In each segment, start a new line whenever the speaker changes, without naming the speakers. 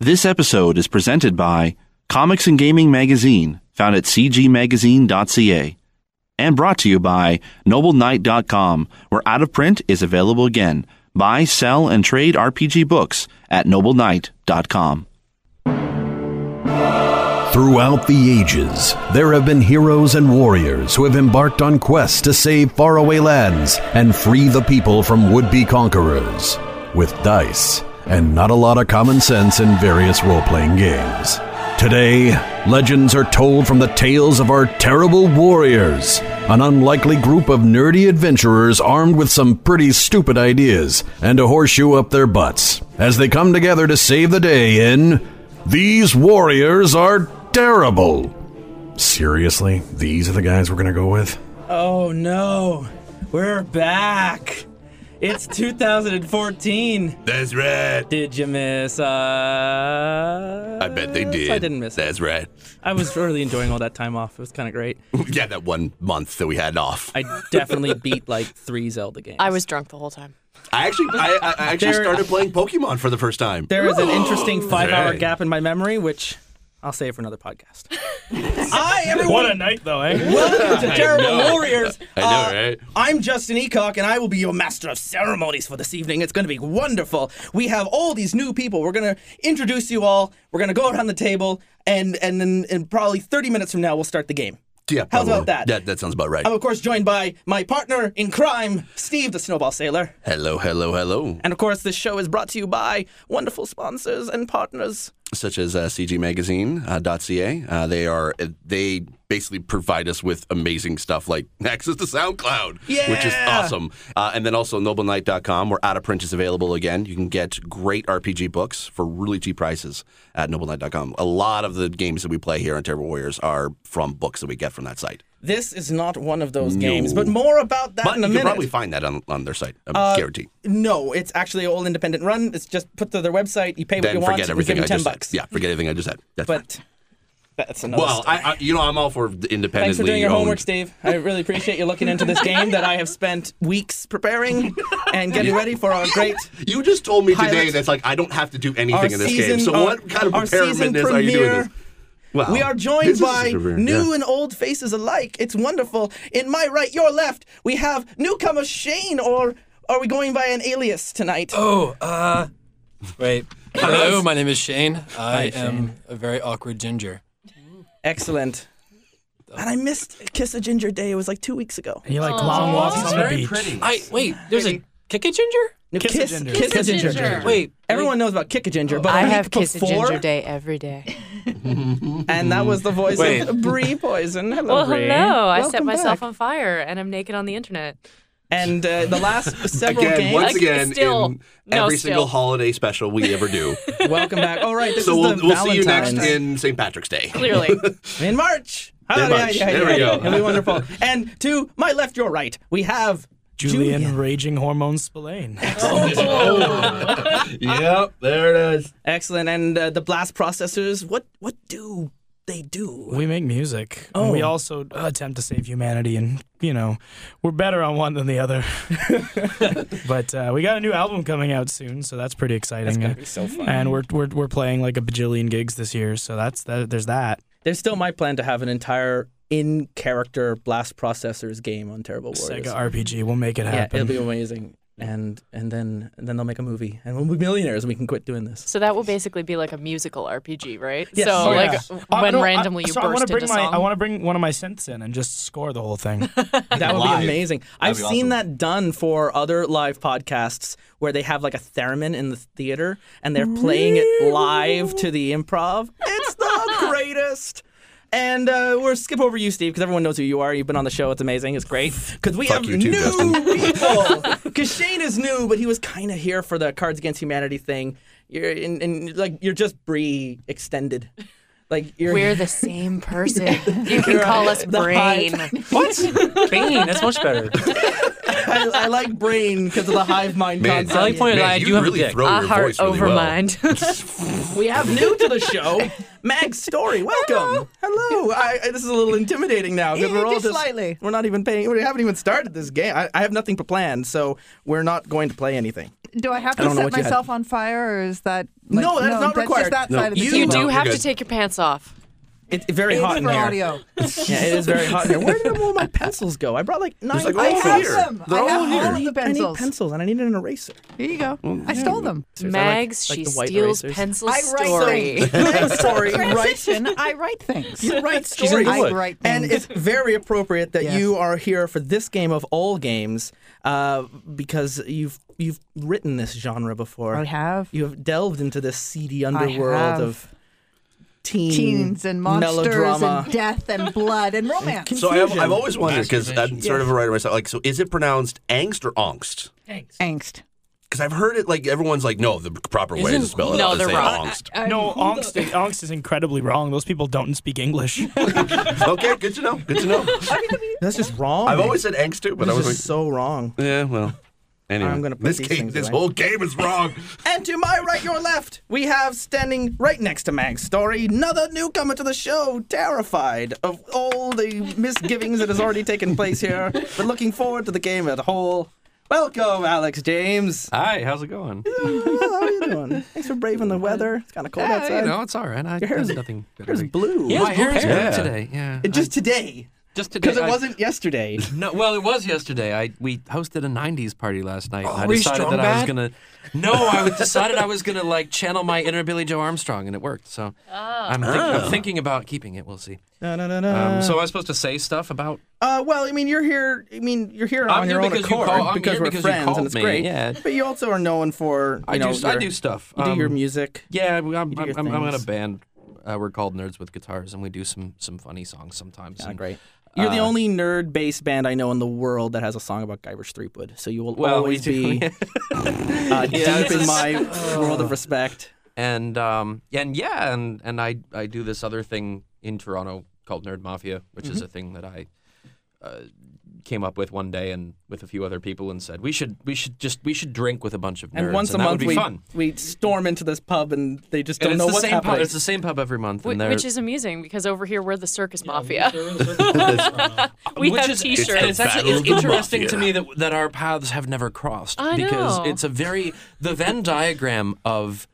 This episode is presented by Comics and Gaming Magazine, found at cgmagazine.ca, and brought to you by NobleKnight.com, where out of print is available again. Buy, sell, and trade RPG books at NobleKnight.com.
Throughout the ages, there have been heroes and warriors who have embarked on quests to save faraway lands and free the people from would be conquerors. With dice and not a lot of common sense in various role playing games. Today, legends are told from the tales of our terrible warriors, an unlikely group of nerdy adventurers armed with some pretty stupid ideas and a horseshoe up their butts, as they come together to save the day in. These warriors are terrible. Seriously? These are the guys we're gonna go with?
Oh no, we're back. It's 2014.
That's right.
Did you miss us?
I bet they did.
Uh, I didn't miss it.
That's right.
I was really enjoying all that time off. It was kind of great.
yeah, that one month that we had off. I,
I definitely beat like three Zelda games.
I was drunk the whole time.
actually, I, I I actually
There-
started playing Pokemon for the first time.
There is an interesting five-hour
Hey.
gap in my memory, which I'll save for another podcast. Hi, everyone.
What a night, though, eh?
Welcome to Terrible
know.
Warriors. Uh,
I know, right?
I'm Justin Eacock, and I will be your master of ceremonies for this evening. It's going to be wonderful. We have all these new people. We're going to introduce you all. We're going to go around the table, and and then and probably 30 minutes from now, we'll start the game.
Yeah,
How's
probably.
about that? Oh.
That that sounds about right.
I'm, of course, joined by my partner in crime, Steve the Snowball Sailor.
hello, hello, hello.
And, of course, this show is brought to you by wonderful sponsors and partners.
Such as uh, cgmagazine.ca. Uh, they are they basically provide us with amazing stuff like access to SoundCloud, which is
Yeah.
awesome. Uh, and then also noblenight.com, where out of print is available again. You can get great RPG books for really cheap prices at noblenight.com. A lot of the games that we play here on Terrible Warriors are from books that we get from that site.
This is not one of those
No.
games, but more about that
But
in
you
a
can
minute. Uh,
probably find that on, on their site. I'm guaranteed.
No, it's actually all independent run. It's just put to their website. You pay what
Then
you
forget
want.
everything
you give
I
them
just
ten bucks.
said. Yeah, forget everything I just said. That's fine.
but that's another.
well,
story.
I, I, you know, I'm all for independently
Thanks for doing your
owned.
homework, Steve. I really appreciate you looking into this game that I have spent weeks preparing and getting ready for our great
You just told me today
Pilot.
that's like I don't have to do anything
our
in this
season.
game. So
our,
what kind of
our season
preparedness are you doing
premiere.
this? Wow.
We are
This
joined
is
by
a premiere,
new
yeah.
and old faces alike. It's wonderful. In my right, your left, we have newcomer Shane, or are we going by an alias tonight?
Oh, uh, wait. Hello, my name is Shane. I am a very awkward ginger.
Excellent. And I missed Kiss a Ginger Day. It was like two weeks ago.
You like long
Oh,
walks on the beach.
I wait. There's a kick a ginger.
No,
Kiss a Ginger.
Kiss a Ginger.
Wait, Wait.
Everyone knows about Kick a Ginger, but
I
a week
have Kiss a
before,
Ginger Day every day.
And that was the voice
Wait.
of Brie Poison. Hello,
Well,
Brie.
hello. I set
Oh, Welcome
myself
back.
on fire and I'm naked on the internet.
And uh, the last several
Again,
games.
once
Like,
again,
still-
in
no,
every
still.
single holiday special we ever do.
Welcome back. All right, this
so
is
we'll,
the
we'll see you next
Valentine's.
in St. Patrick's Day.
Clearly.
in March.
In
Howdy,
March.
howdy, howdy,
There we
howdy.
go.
It'll be wonderful. And to my left, your right, we have
Julian,
Julian.
raging hormones Spillane.
yep, there it is.
Excellent. And uh, the blast processors. What what do they do?
we make music. and
Oh.
We also attempt to save humanity, and you know, we're better on one than the other. but uh, we got a new album coming out soon, so that's pretty exciting.
so fun.
and we're, we're we're playing like a bajillion gigs this year, so that's that. There's that.
There's still my plan to have an entire in character blast processors game on Terrible Warriors.
Sega RPG. We'll make it
Oh, yeah, it'll
happen.
be amazing. And and then and then they'll make a movie, and we'll be millionaires, and we can quit doing this.
so that will basically be like a musical RPG, right?
Yes.
So
Yeah.
like
Uh,
when
no, I-
randomly you
so I wanna
burst
bring
into
my-
song.
I want to bring one of my synths in and just score the whole thing.
That would
Live.
be amazing. I've
be
seen
awesome.
that done for other live podcasts where they have like a theremin in the theater and they're playing it live to the improv. It's the greatest. And uh, we're skip over you, Steve, because everyone knows who you are. You've been on the show. It's amazing. It's great. Because we
Fuck
have
you too,
new
Justin.
people. Because Shane is new, but he was kind of here for the Cards Against Humanity thing. You're in, in like you're just Bree extended. Like you're
We're the same person. you can
You're
call us
the high-
brain.
Bane. That's much better.
I, I like brain because of the hive mind
Man,
concept.
I like pointed
man,
out, I
you
do have a
really
dick.
throw
A
your
heart
voice really
over
well.
mind.
We have new to the show, Mag Story. Welcome. Hello. I, I- this is a little intimidating now because we're all just, slightly. We're not even paying. We haven't even started this game. I, I have nothing planned, so we're not going to play anything.
Do I have
I
to
don't know
set
what you had.
myself on fire, or is that Like,
No, that is not
that's
required.
Just that
No.
side of the
You-
You
table.
No,
do
you're
have to
good.
take your pants off.
It's very
It's
hot in
for
here.
audio.
Yeah, it is very hot in here. Where did all my pencils go? I brought like nine.
like,
I
all
I have
here.
them.
They're
I have
all
all,
here.
of the
I need
pencils.
pencils and I need an eraser.
Here you go. I stole them.
I like-
Mags,
like
she
the white
steals
erasers.
pencil
I write
story.
Sorry, right?
Transition. I write things.
You write
in
stories.
the wood. I write
and it's
things.
very appropriate that
Yes.
you are here for this game of all games, uh, because you've you've written this genre before.
I have.
You have delved into this seedy underworld
have.
of teen
Teens and monsters
melodrama.
and death and blood and romance.
So I have, I've always wondered because I'm
Masturbation.
sort of a writer myself. Like, so is it pronounced angst or angst?
Angst.
Because I've heard it like everyone's like, no, the proper way to
Isn't-
spell it
no,
out is
they're
say
wrong.
angst.
No, angst, is- angst is incredibly wrong. Those people don't speak English.
okay, good to know. Good to know.
That's just wrong.
I've always said angst too, but I
This
was
is
like,
so wrong.
yeah, well. Anyway,
I'm gonna put
this
these
game,
things
this
away.
whole game is wrong.
And to my right, your left, we have standing right next to Mag's story, another newcomer to the show, terrified of all the misgivings that has already taken place here, but looking forward to the game as a whole. Welcome, Alex James.
Hi, how's it going?
How are you doing? Thanks for braving the weather. It's kind of cold
Yeah,
outside.
you know, it's all right. I,
hair's-
there's nothing.
It's blue.
Yeah, my hair is
hair.
blue today. Yeah,
It just today,
I- just today.
because it
I-
wasn't yesterday.
No, well, it was yesterday. I we hosted a '90s party last night. and I
were you
decided
strong
that I was
bad?
gonna. No, I was- decided I was gonna like channel my inner Billy Joe Armstrong, and it worked. So I'm, think- I'm thinking about keeping it. We'll see.
No, no,
Ah.
Uh.
Um, so I was supposed to say stuff about.
Uh, well, I mean, you're here. I mean, you're here on
I'm
your
here
own
because you
accord
call- I'm
because
here
we're
because you
friends and
called
it's
me,
great.
yeah.
But you also are known for you
I
know
do. I
your-
do stuff.
You do your
Um,
music.
Yeah, we- I'm,
do your
I'm, I'm, I'm in a
things.
band. Uh, we're called Nerds with Guitars, and we do some some funny songs sometimes. and-
Ah, great.
uh,
You're the only nerd based band I know in the world that has a song about Guybrush Threepwood, so you will
Well, we
always
do.
be uh, deep
it's
in
a-
my world of respect.
and um and yeah and and I I do this other thing in Toronto called Nerd Mafia, which
Mm-hmm.
is a thing that I uh, came up with one day and with a few other people and said we should we should just we should drink with a bunch of nerds
And once a
that
month
would be
we
fun.
we storm into this pub and they just
And
don't
it's
know
the
what's
same
happening.
pub. It's the same pub every month,
Wh-
and they're-
Which is amusing because over here we're the circus mafia. we
which
have
is-
t-shirts.
And it's
Battle
actually it's
of the
interesting to
Mafia.
me that that our paths have never crossed
I
because
know.
it's a very the Venn diagram of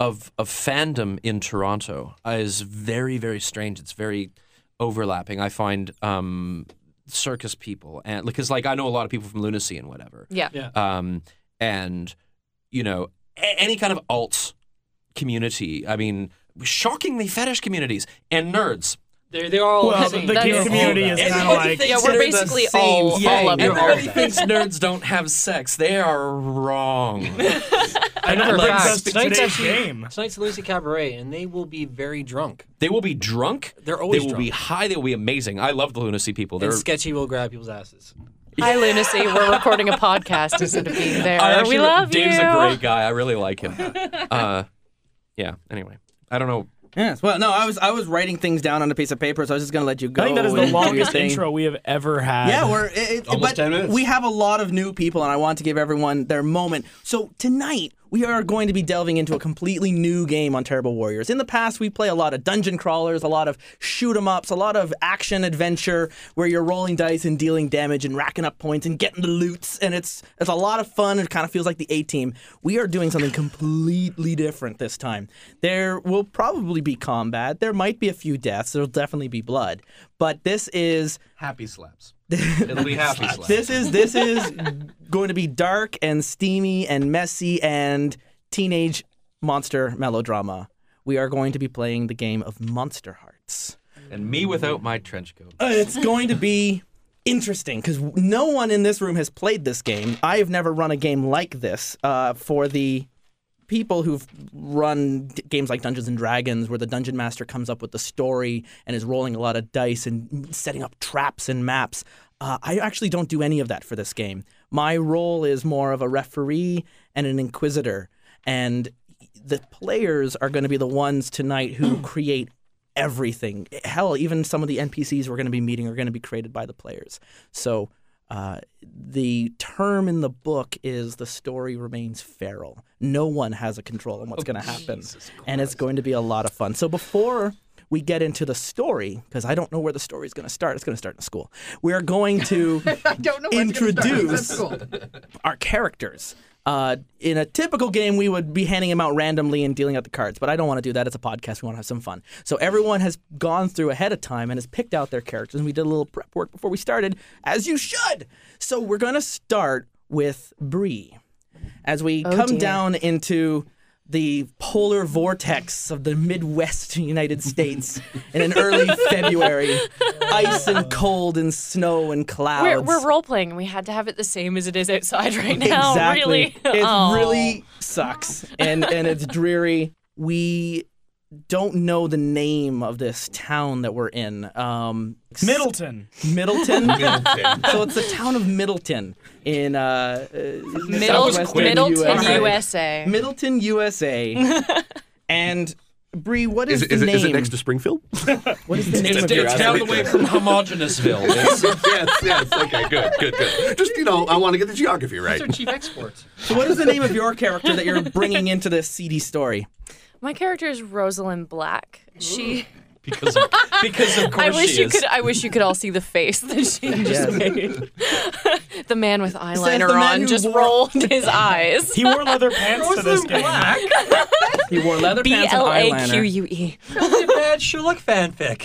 of of fandom in Toronto is very very strange. It's very overlapping. I find um, circus people and because like I know a lot of people from Lunacy and whatever.
yeah.
Um, and you know a- any kind of alt community. I mean, shockingly fetish communities and nerds.
They're, they're all
well,
the
Oh, the,
same.
the
That's
gay
all
community
that.
is kind of
Everything-
like
Yeah, we're
They're the
basically
same
all, all
thing.
up there.
Everybody thinks nerds don't have sex. They are wrong.
I know
Like,
brings us to
tonight's
today's
actually-
game.
Tonight's the Lucy Cabaret, and they will be very drunk.
They will be drunk.
They're always
They will
drunk.
be high. They will be amazing. I love the lunacy people. They're
And Sketchy will grab people's asses.
Hi, Lunacy. We're recording a podcast instead of being there.
I actually,
we love
Dave's
you.
a great guy. I really like him. Uh, yeah. Anyway, I don't know.
Yes. Well, no, I was I was writing things down on a piece of paper, so I was just gonna let you go.
I think that is the
and do your
longest
thing.
intro we have ever had.
Yeah, we're it, it, but
10 minutes.
We have a lot of new people, and I want to give everyone their moment. So tonight we are going to be delving into a completely new game on Terrible Warriors. In the past, we play a lot of dungeon crawlers, a lot of shoot 'em ups, a lot of action adventure where you're rolling dice and dealing damage and racking up points and getting the loots, and it's it's a lot of fun. It kind of feels like the A Team. We are doing something completely different this time. There will probably be combat. There might be a few deaths. There'll definitely be blood. But this is
Happy slaps. It'll be happy slaps.
this is this is going to be dark and steamy and messy and teenage monster melodrama. We are going to be playing the game of Monster Hearts.
and me without my trench coat.
Uh, It's going to be interesting because no one in this room has played this game. I have never run a game like this uh, for the people who've run d- games like Dungeons and Dragons, where the dungeon master comes up with the story and is rolling a lot of dice and setting up traps and maps. Uh, I actually don't do any of that for this game. My role is more of a referee and an inquisitor, and the players are going to be the ones tonight who create everything. Hell, even some of the NPCs we're going to be meeting are going to be created by the players. So uh, the term in the book is the story remains feral. No one has a control on what's going to happen. And it's going to be a lot of fun. So before we get into the story, because I don't know where the story is going to start, it's going to start in school. We are going to
I don't know. where it's gonna start.
introduce
That's cool.
our characters. Uh, in a typical game, we would be handing them out randomly and dealing out the cards, but I don't want to do that. It's a podcast. We want to have some fun. So everyone has gone through ahead of time and has picked out their characters, and we did a little prep work before we started, as you should. So we're going to start with Bree as we
Oh,
come
dear.
down into the polar vortex of the Midwest United States in an early February, ice and cold and snow and clouds.
We're, we're role playing. We had to have it the same as it is outside right now.
Exactly.
Really, Oh.
It
Aw.
really sucks. And and it's dreary. We don't know the name of this town that we're in. Um, s-
Middleton.
Middleton.
Middleton.
so it's the town of Middleton in uh, uh
Middle-
southwestern
quick. Middleton,
USA.
USA.
Middleton, USA. and Bree, what is,
Is,
the
is, it-
name?
is it next to Springfield?
what is the name
It's,
of your
it's down the way from Homogenousville. It's-
yes, yes. Okay, good, good, good. Just you know, I want to get the geography right.
They're chief exports.
So what is the name of your character that you're bringing into this seedy story?
My character is Rosalind Black. She.
because, of, because of course
I wish
she
you
is.
could. I wish you could all see the face that she just made. the man with eyeliner
the man
on
who
just
wore-
rolled his eyes.
He wore leather pants to this
Rosalind
game.
Black.
He wore leather
B
pants and
L A Q
eyeliner.
U E.
Really bad Sherlock fanfic.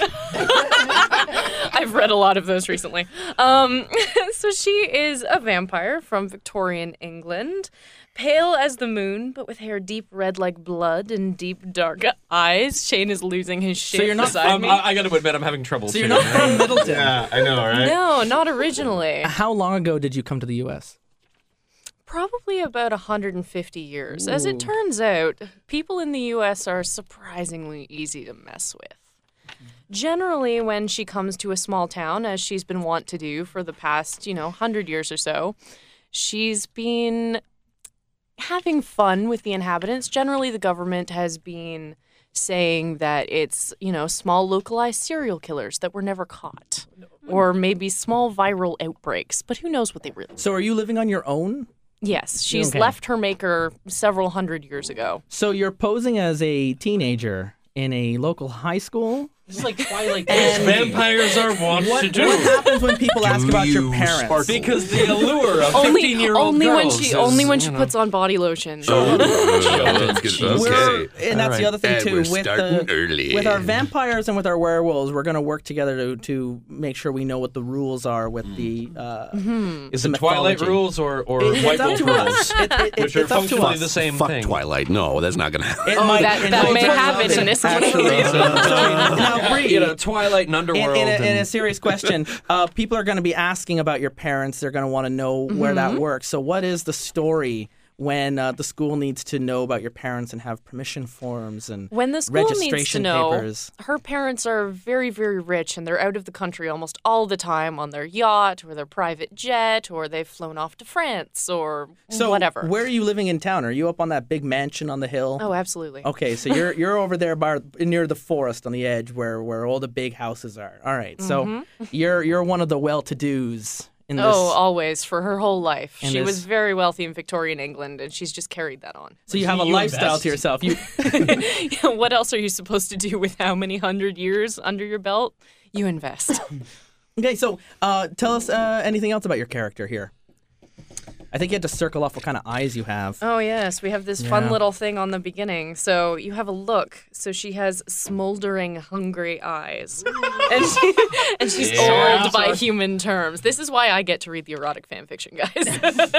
I've read a lot of those recently. Um, so she is a vampire from Victorian England, pale as the moon, but with hair deep red like blood and deep dark eyes. Shane is losing his shit
you're not-
beside
I'm,
me.
I, I got to admit, I'm having trouble
So
too.
you're not from Middleton.
I know, right?
no, not originally.
How long ago did you come to the U.S.?
Probably about 150 years. As it turns out, people in the US are surprisingly easy to mess with. Generally, when she comes to a small town, as she's been wont to do for the past, you know, 100 years or so, she's been having fun with the inhabitants. Generally, the government has been saying that it's, you know, small localized serial killers that were never caught. Or maybe small viral outbreaks, but who knows what they really
So are you living on your own?
Yes, she's
Okay.
left her maker several hundred years ago.
So you're posing as a teenager in a local high school.
This is like Twilight.
Vampires are wont
What,
to do.
what happens when people ask about your
you
parents?
sparkle?
Because the allure of
Only,
15 year old
only when
girls
she,
is,
only when she
you know,
puts on body lotion.
Let's get-
We're-
okay.
and that's the other thing
And
too
we're
with the
starting early.
with our vampires and with our werewolves, we're going to work together to to make sure we know what the rules are with the. Uh,
Is
the
it Twilight
mythology.
rules or, or
It-
White
it's up
Wolf
to us.
rules?
It, it,
Which
it's
are
up to
functionally
us.
the same
Fuck
thing.
Twilight. No, that's not gonna happen.
It might-
Oh, that-
it
that
might
may
turn
happen
out
in this game.
actually- uh,
So-
now, Bree,
You know, Twilight and
in,
Underworld.
in, a, in a
and-
serious question, uh, people are going to be asking about your parents. They're going to want to know where
Mm-hmm.
that works. So, what is the story when uh, the school needs to know about your parents and have permission forms and
When the school needs to
registration
know,
papers?
her parents are very, very rich and they're out of the country almost all the time on their yacht or their private jet or they've flown off to France or
So,
whatever.
where are you living in town? Are you up on that big mansion on the hill?
oh, absolutely.
Okay, so you're you're over there by, near the forest on the edge where, where all the big houses are. All right, so you're you're one of the well-to-dos in this.
Mm-hmm. Oh, always for her whole life.
And
She was
this-
very wealthy in Victorian England, and she's just carried that on.
so you have a
you
lifestyle
invest?
to yourself. You
what else are you supposed to do with how many hundred years under your belt? You invest.
Okay, so uh, tell us uh, anything else about your character here. I think you had to circle off what kind of eyes you have.
oh, yes. We have this fun little thing on the beginning. So you have a look. So she has smoldering, hungry eyes. and, she, and she's old by human terms. This is why I get to read the erotic fan fiction, guys.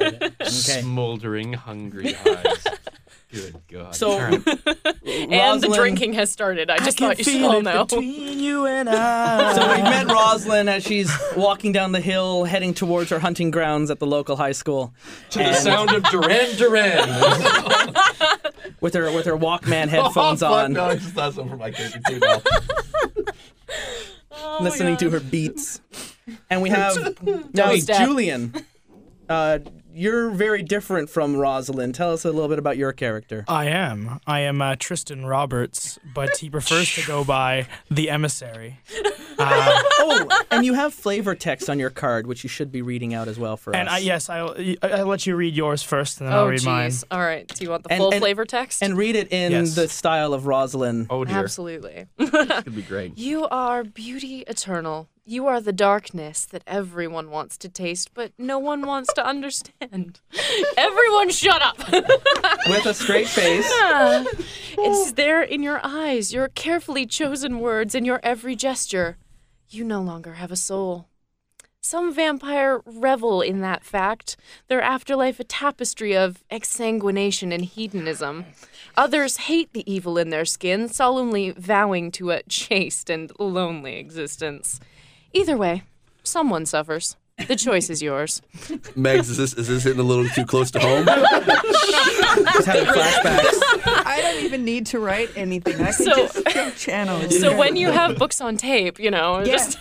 Okay.
Smoldering, hungry eyes. Good God.
So-
All right.
and the
Rosalind-
drinking has started. I just thought you should all know.
you and I. so we met Rosalind as she's walking down the hill, heading towards her hunting grounds at the local high school,
to the sound of Duran Duran.
with her with her Walkman headphones
oh, fuck,
on,
No, I just thought something for my character too. Now.
listening to her beats. And we have now
Dog's dead.
Julian. Uh, you're very different from Rosalind. Tell us a little bit about your character.
I am. I am uh, Tristan Roberts, but he prefers to go by the emissary. Uh,
oh, and you have flavor text on your card, which you should be reading out as well for
and
us.
I, yes, I'll, I'll let you read yours first, and then
Oh,
I'll read mine.
jeez. All right. Do you want the
And-
full
and-
flavor text?
And read it in
Yes.
the style of Rosalind.
Oh dear.
Absolutely.
This could be great.
You are beauty eternal. You are the darkness that everyone wants to taste, but no one wants to understand. everyone, shut up!
With a straight face.
Yeah. it's there in your eyes, your carefully chosen words, and your every gesture. You no longer have a soul. Some vampire revel in that fact, their afterlife a tapestry of exsanguination and hedonism. Others hate the evil in their skin, solemnly vowing to a chaste and lonely existence. Either way, someone suffers. The choice is yours.
Megs, is this is this hitting a little too close to home?
Just having flashbacks.
I don't even need to write anything. I can
So-
just go channel. it.
So when you have books on tape, you know,
Yeah.
just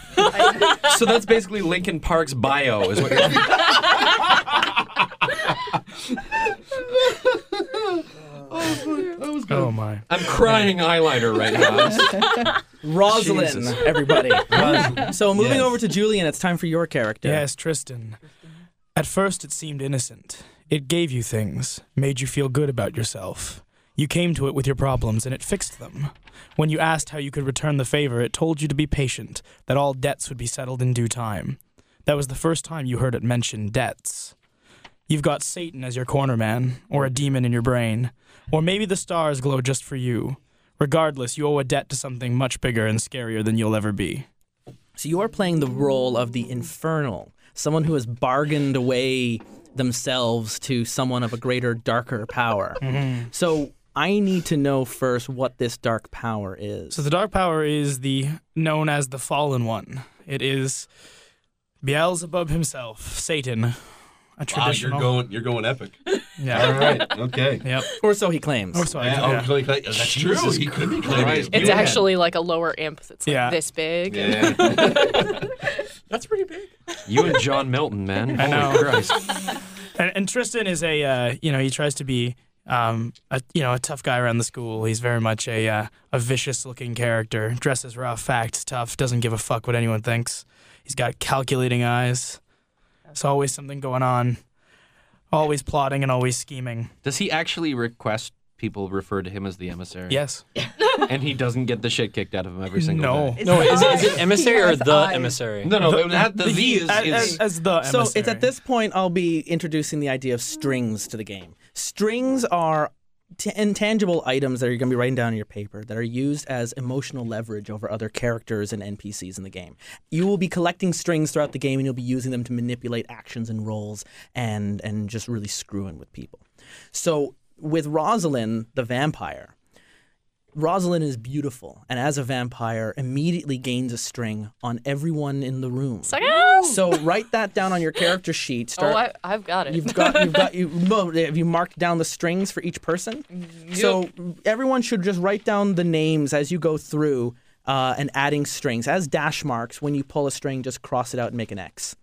so that's basically Lincoln Park's bio, is what you're
Oh my.
I'm crying eyeliner right now.
Rosalyn,
Jesus.
everybody. so moving over to Julian, it's time for your character.
Yes, Tristan. At first, it seemed innocent. It gave you things, made you feel good about yourself. You came to it with your problems and it fixed them. When you asked how you could return the favor, it told you to be patient, that all debts would be settled in due time. That was the first time you heard it mention debts. You've got Satan as your corner man, or a demon in your brain, or maybe the stars glow just for you. Regardless, you owe a debt to something much bigger and scarier than you'll ever be.
So you are playing the role of the infernal, someone who has bargained away themselves to someone of a greater, darker power.
Mm-hmm.
So I need to know first what this dark power is.
So the dark power is the known as the fallen one. It is Beelzebub himself, Satan. A traditional.
you're going epic.
yeah.
right. Okay.
Yep.
or so he claims.
Or so I
Yeah,
do,
oh,
yeah.
Clay- Clay- that's true. He could be claiming.
it's actually like a lower imp that's like
Yeah.
this big.
That's pretty big.
You and John Milton, man.
I
Holy
know.
Christ.
And, and Tristan is a uh, you know he tries to be um, a you know a tough guy around the school. He's very much a uh, a vicious looking character. Dresses rough, acts tough, doesn't give a fuck what anyone thinks. He's got calculating eyes. It's always something going on. Always plotting and always scheming.
Does he actually request people refer to him as the emissary?
Yes.
And he doesn't get the shit kicked out of him every single
No.
day.
No, is it, is it
He
emissary or
has
the
eyes.
emissary?
No, no, the, that- the, the
he-
he is,
as,
is
as- as the
So it's
emissary.
at this point I'll be introducing the idea of strings to the game. Strings are t- intangible items that you're going to be writing down in your paper that are used as emotional leverage over other characters and NPCs in the game. You will be collecting strings throughout the game and you'll be using them to manipulate actions and roles and and just really screwing with people. So with Rosalind the vampire, Rosalind is beautiful and as a vampire immediately gains a string on everyone in the room.
It's like, ah!
So write that down on your character sheet. Start.
Oh, I, I've got it.
You've got you've got you no, have you marked down the strings for each person? So everyone should just write down the names as you go through uh, and adding strings as dash marks. When you pull a string, just cross it out and make an X,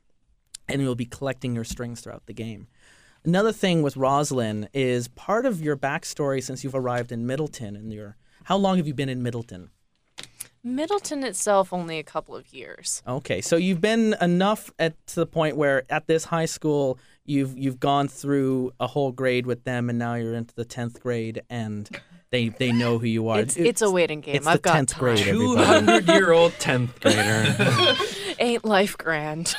and you'll be collecting your strings throughout the game. Another thing with Roslyn is part of your backstory since you've arrived in Middleton and your how long have you been in Middleton?
Middleton itself only a couple of years.
Okay, so you've been enough at to the point where at this high school you've you've gone through a whole grade with them, and now you're into the tenth grade, and they they know who you are.
It's, it's a waiting game.
Uh, it's
I've
the
got
tenth
time.
grade. Everybody.
200 year old 10th grader.
Ain't life grand?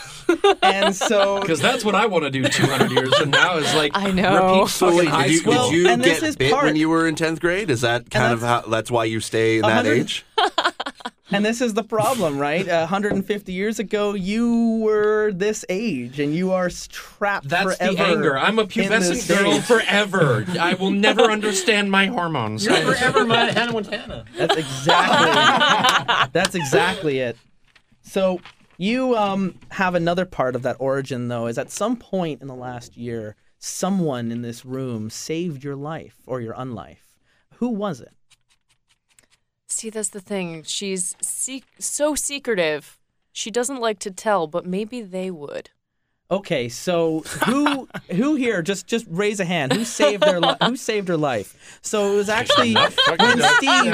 and so
Because that's what I want to do 200 years from now is like
I know.
repeat
So
fucking
wait,
high
did you,
school.
did you
and this
get
is
bit
part-
when you were in tenth grade? Is that kind of how? That's why you stay in that
100
age.
and this is the problem, right? Uh, 150 years ago, you were this age, and you are trapped
That's
forever.
the anger. I'm a
in this
pubescent girl
age.
forever. I will never understand my hormones.
Forever my Hannah Montana.
That's exactly. that's exactly it. So you um, have another part of that origin, though, is at some point in the last year, someone in this room saved your life or your unlife. Who was it?
See, that's the thing. She's sec- so secretive. She doesn't like to tell, but maybe they would.
Okay, so who who here? Just just raise a hand. Who saved their li- Who saved her life? So it was actually when Steve.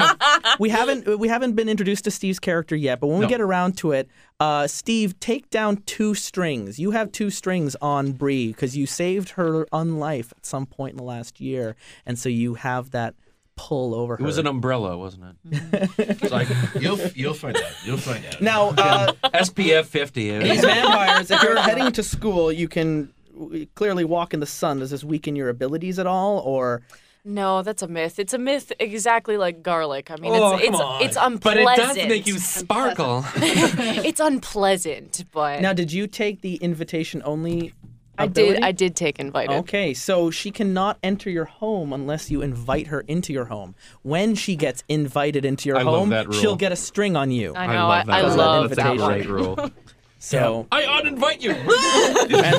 We haven't we haven't been introduced to Steve's character yet, but when we get around to it, uh, Steve, take down two strings. You have two strings on Bree because you saved her unlife at some point in the last year, and so you have that pull over her.
It was an umbrella, wasn't it?
It's like you'll you'll find out. You'll find out.
now, uh,
SPF 50.
these vampires, if you're heading to school, you can w- clearly walk in the sun. Does this weaken your abilities at all? Or
No, that's a myth. It's a myth exactly like garlic. I mean,
Oh,
it's
come
it's
on.
it's unpleasant.
But it does make you sparkle.
it's unpleasant, but
now, did you take the invitation only?
I did I did take invited.
Okay, so she cannot enter your home unless you invite her into your home. When she gets invited into your
I love
home,
that rule.
she'll get a string on you.
I know. I I love,
That's
that
a
one.
great
rule.
So,
I uninvite you.
and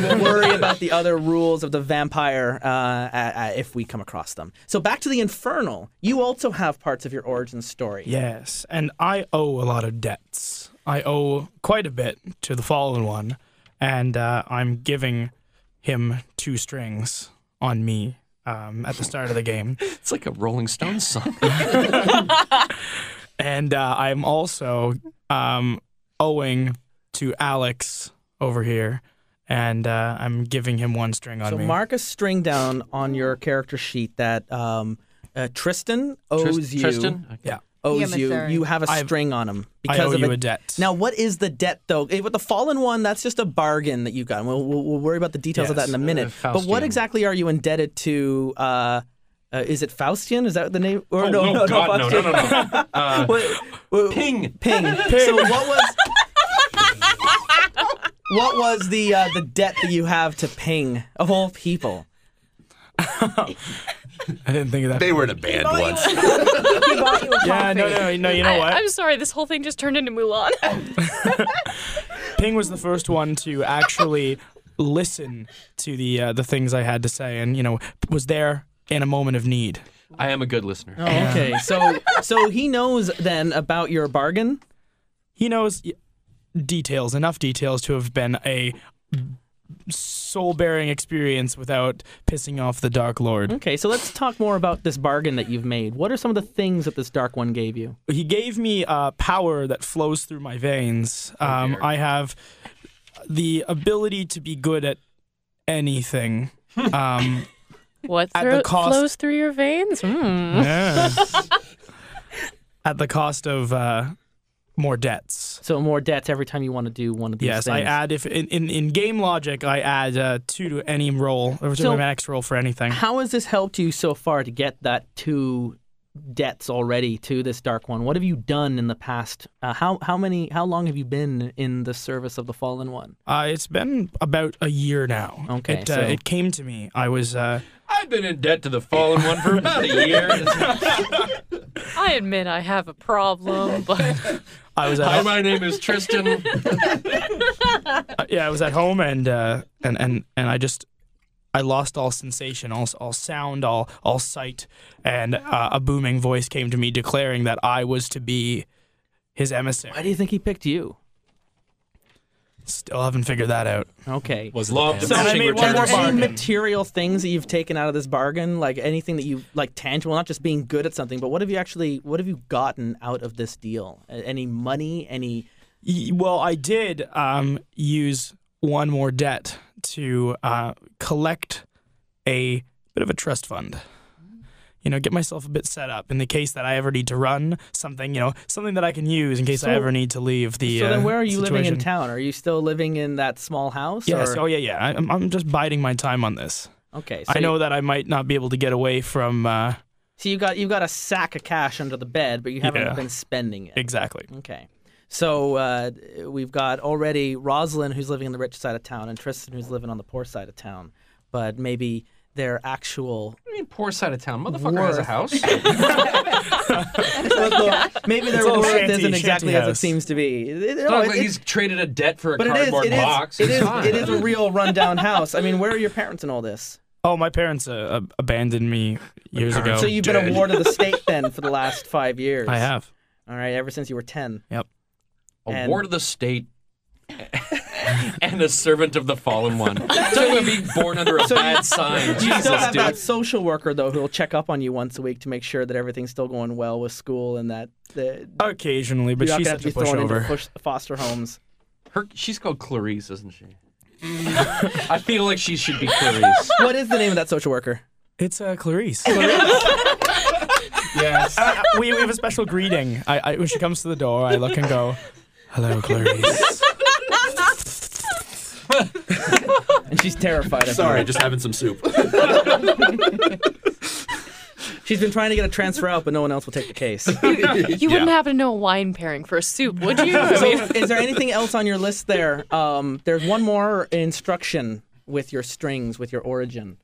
we'll worry about the other rules of the vampire uh, uh, uh, if we come across them. So back to the infernal. You also have parts of your origin story.
Yes, and I owe a lot of debts. I owe quite a bit to the fallen one, and uh, I'm giving him two strings on me um, at the start of the game.
It's like a Rolling Stones song.
And uh, I'm also um, owing to Alex over here, and uh, I'm giving him one string on
So
me.
mark a string down on your character sheet that um, uh, Tristan owes you.
Tristan? Okay.
yeah,
Owes
The
you.
emissary.
You have a
I've-
string on him
I
because
owe
of
you a debt.
Now, what is the debt though? Eh, With the fallen one, that's just a bargain that you got. And We'll, we'll, we'll worry about the details of that
Yes.
in a minute.
Uh,
but what
Faustian.
exactly are you indebted to? Uh, uh, is it Faustian? Is that the name? Or
Oh,
no,
no,
no,
God, no, no,
Faustian.
no, no. Uh,
What- what-
Ping.
Ping. So what was? What was the uh, the debt that you have to Ping of all people?
I didn't think of that.
They were in a band once.
yeah, no, no, no. You know what?
I, am sorry. This whole thing just turned into Mulan.
Ping was the first one to actually listen to the uh, the things I had to say, and you know was there in a moment of need.
I am a good listener.
Oh,
Okay, so so he knows then about your bargain.
He knows y- details enough details to have been a soul bearing experience without pissing off the Dark Lord.
Okay, so let's talk more about this bargain that you've made. What are some of the things that this Dark One gave you?
He gave me uh, power that flows through my veins. Um, I have the ability to be good at anything. Um,
what
At the
thro-
cost-
flows through your veins? Hmm.
Yes. At the cost of uh, more debts.
So more debts every time you want to do one of these
Yes,
things.
I add if in, in, in game logic I add uh, two to any roll or to
So-
my max roll for anything.
How has this helped you so far to get that two debts already to this dark one? What have you done in the past? Uh, how how many how long have you been in the service of the fallen one?
Uh, it's been about a year now.
Okay,
it,
so-
uh, it came to me. I was uh,
I've been in debt to the fallen one for about a year.
I admit I have a problem, but
I was at
Hi,
home,
my name is Tristan.
yeah I was at home and uh, and and and I just I lost all sensation, all all sound, all all sight, and uh, a booming voice came to me declaring that I was to be his emissary.
Why do you think he picked you?
Still haven't figured that out.
Okay.
Was love
So I
diminishing
made one
returns.
are there
more
any
bargain.
material things that you've taken out of this bargain? Like anything that you like tangible, not just being good at something, but what have you actually what have you gotten out of this deal? A- Any money? Any
Y- Well, I did um, use one more debt to uh, collect a bit of a trust fund. You know, get myself a bit set up in the case that I ever need to run something. You know, something that I can use in case I
So-
ever need to leave the.
So then
uh,
where are you living in
situation.
town? Are you still living in that small house?
Yes.
or-
Oh yeah, yeah. I, I'm, I'm just biding my time on this.
Okay.
I know that I might not be able to get away from. Uh,
So you got you got a sack of cash under the bed, but you haven't
Yeah.
been spending it.
exactly.
Okay. So uh, we've got already Rosalind who's living on the rich side of town and Tristan who's living on the poor side of town. But maybe their actual
I mean, poor side of town. Motherfucker has a
Worth.
house.
maybe their
It's all
worth
shanty-
isn't exactly
shanty
as it
house.
seems to be. It- it- no,
It's not
it-
like
it-
he's traded a debt for a
but it is
cardboard
it is
box.
it
He's
is
fine.
it is a real rundown house. I mean, where are your parents in all this?
Oh, my parents uh, ab- abandoned me years ago.
So you've been a ward of the state then for the last five years.
I have.
All right, ever since you were ten.
a
And-
ward of the state and a servant of the fallen one. Talking about being born under a bad sign.
You still
Jesus,
have that
dude.
social worker though, who will check up on you once a week to make sure that everything's still going well with school and that the,
Occasionally, but
you're not going
she's such
to
a
be thrown into
pushover.
push, foster homes.
Her, she's called Clarice, isn't she? I feel like she should be Clarice.
uh,
what is the name of that social worker?
It's uh, Clarice. Yes. we, we have a special greeting. I, I, when she comes to the door, I look and go, "Hello, Clarice."
and she's terrified. of
Sorry,
you.
just having some soup.
she's been trying to get a transfer out, but no one else will take the case.
You wouldn't happen to know a wine pairing for a soup, would you? I
So,
mean-
is there anything else on your list there? Um, there's one more instruction with your strings, with your origin.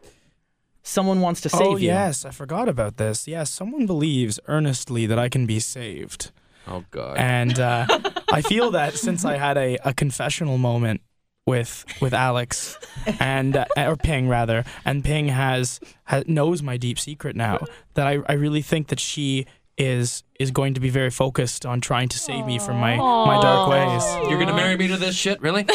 Someone wants to save
oh
you.
yes, I forgot about this. Yes, someone believes earnestly that I can be saved,
Oh God.
and uh, I feel that since I had a, a confessional moment with with Alex, and uh, or Ping rather, and Ping has, has knows my deep secret now. That I, I really think that she is is going to be very focused on trying to save me from my my dark ways.
You're gonna marry me to this shit, really?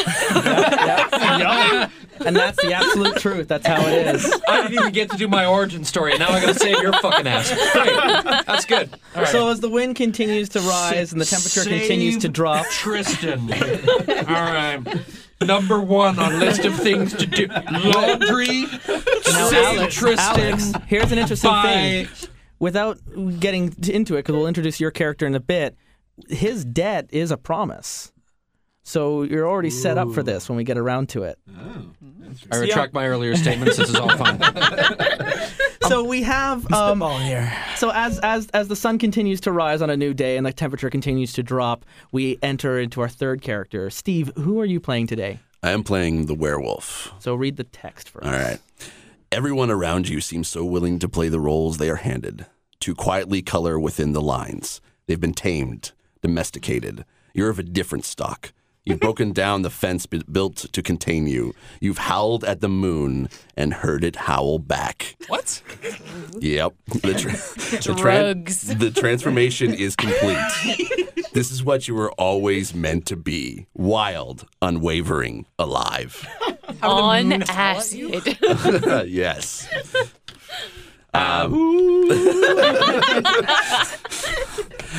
And that's the absolute truth. That's how it is.
I didn't even get to do my origin story, and now I gotta save your fucking ass. Great. That's good. All right.
So as the wind continues to rise and the temperature
Save
continues to drop,
Tristan. All right. Number one on list of things to do: laundry.
now
save
Alex,
Tristan.
Alex, here's an interesting thing.
Bye.
Without getting t- into it, because we'll introduce your character in a bit, his debt is a promise. So you're already set up for this when we get around to it.
I retract my earlier statements. This is all fine.
So we have um,
Ball here.
So as as as the sun continues to rise on a new day and the temperature continues to drop, we enter into our third character. Steve, who are you playing today?
I am playing the werewolf.
So read the text for us.
All right. Everyone around you seems so willing to play the roles they are handed, to quietly color within the lines. They've been tamed, domesticated. You're of a different stock. You've broken down the fence b- built to contain you. You've howled at the moon and heard it howl back.
What?
Yep. The tra- the tran-
Drugs.
the transformation is complete. this is what you were always meant to be wild, unwavering, alive.
on acid.
yes. Um,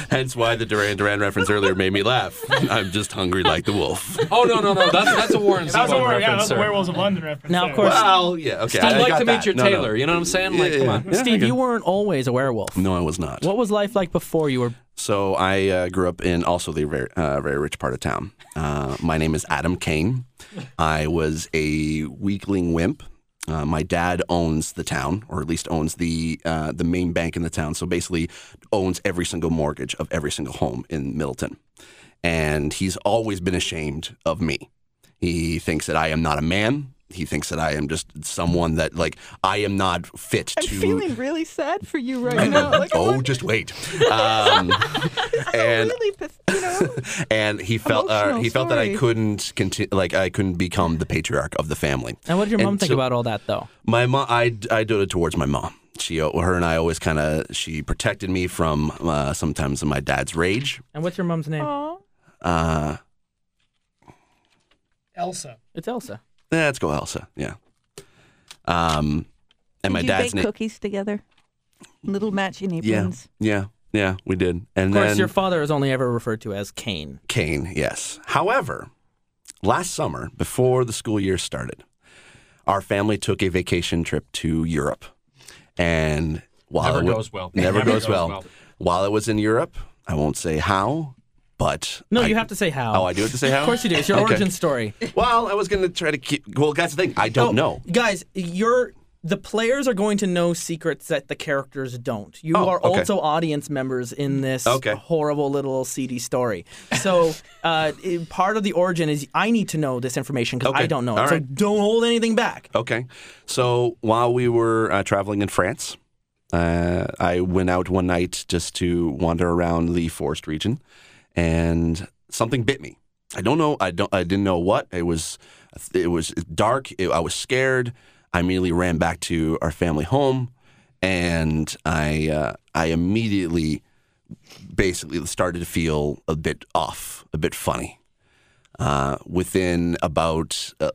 hence why the Duran Duran reference earlier made me laugh. I'm just hungry like the wolf.
Oh no no no! That's that's a Warren Zevon reference, sir.
of London reference.
Now, of course,
Well, yeah, okay. I-
I'd
I
like
got
to meet
that.
your
No, no.
tailor. You know what I'm saying? Like, come on.
Steve, you weren't always a werewolf.
No, I was not.
What was life like before you were?
So I uh, grew up in also the very, uh, very rich part of town. Uh, my name is Adam Kane. I was a weakling wimp. Uh, my dad owns the town, or at least owns the uh, the main bank in the town. So basically, owns every single mortgage of every single home in Middleton. And he's always been ashamed of me. He thinks that I am not a man. He thinks that I am just someone that like I am not fit
I'm
to
feeling really sad for you right now. Like, I
oh,
want-
just wait. Um, and
really, path- you know,
and he felt uh,
Emotional
he felt that I
story.
couldn't continue, like I couldn't become the patriarch of the family.
And what did your mom
And
think
so-
about all that, though?
My mom, I I doted towards my mom. She, uh, her, and I always kind of she protected me from uh, sometimes my dad's rage.
And what's your mom's name?
aw.
Uh,
Elsa.
It's Elsa.
eh, let's go, Elsa. Yeah. Um, and my
Did you
dad's
bake
name.
cookies together, little matching
Yeah,
aprons.
yeah, yeah. We did. And
Of course,
then
your father is only ever referred to as Cain.
Kane, yes. However, last summer, before the school year started, our family took a vacation trip to Europe. And while it
Never
wa-
goes well.
Never,
Never
goes,
goes
well.
well.
While it was in Europe, I won't say how, but
No,
I-
you have to say how.
Oh, I do have to say how.
Of course you do. It's your
Okay.
origin story. Oh,
Well, I was going to try to keep. Well, that's the thing. I don't know.
Guys, you're the players are going to know secrets that the characters don't. You
Oh,
are
okay.
also audience members in this
Okay.
horrible little seedy story. So uh, it- part of the origin is I need to know this information because I
Okay.
don't know it.
All
so
right.
don't hold anything back.
Okay. So while we were uh, traveling in France, uh, I went out one night just to wander around the forest region, and something bit me. I don't know. I don't. I didn't know what it was. It was dark. It, I was scared. I immediately ran back to our family home, and I uh, I immediately basically started to feel a bit off, a bit funny. Uh, within about a,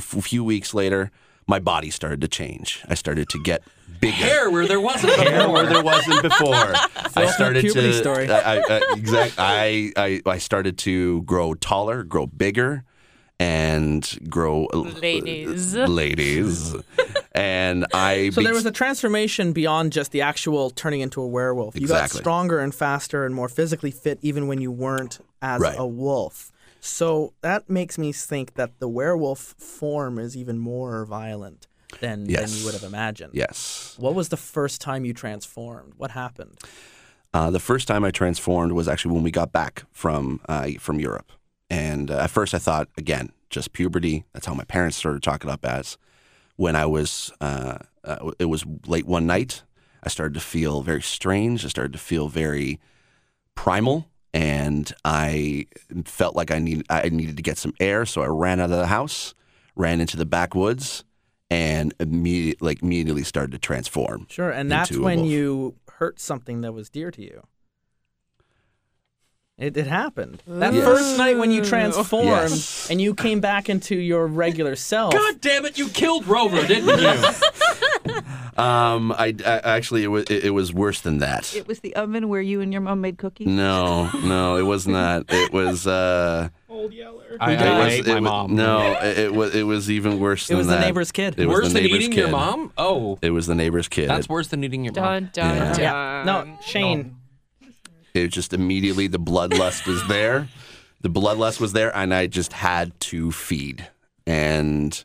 few weeks later, my body started to change. I started to get bigger.
Hair where there wasn't
Hair where
before.
there wasn't before. I started to
puberty story.
I, I, I, exact, I, I I started to grow taller, grow bigger, and grow
Ladies.
ladies, and I
So
beat
there was a transformation beyond just the actual turning into a werewolf. You
Exactly.
got stronger and faster and more physically fit even when you weren't as
Right.
a wolf. So that makes me think that the werewolf form is even more violent than, than
Yes.
you would have imagined.
yes.
What was the first time you transformed? What happened?
Uh, the first time I transformed was actually when we got back from uh, from Europe, and uh, at first I thought again just puberty. That's how my parents started talking up as. When I was, uh, uh, it was late one night. I started to feel very strange. I started to feel very primal, and I felt like I need I needed to get some air. So I ran out of the house, ran into the backwoods, and immediately like immediately started to transform.
Sure, and that's
into a
when
wolf.
you hurt something that was dear to you. It, it happened. That
Yes.
first night when you transformed
Yes.
and you came back into your regular self.
God damn it, you killed Rover, didn't you?
Um, I, I- actually it was it, it was worse than that.
It was the oven where you and your mom made cookies.
No, no, it was not. It was. Uh,
I,
it
I
was-
hate
it
my
was-
mom.
No, it, it was. It was even worse
It
than
was the
that.
neighbor's kid.
It was
worse
the
than
neighbor's
eating
kid.
your mom? Oh,
It was the neighbor's kid.
that's
It,
worse than eating your mom.
Dun, dun,
Yeah.
dun.
Yeah. No, Shane.
it just immediately the bloodlust was there. The bloodlust was there, and I just had to feed. And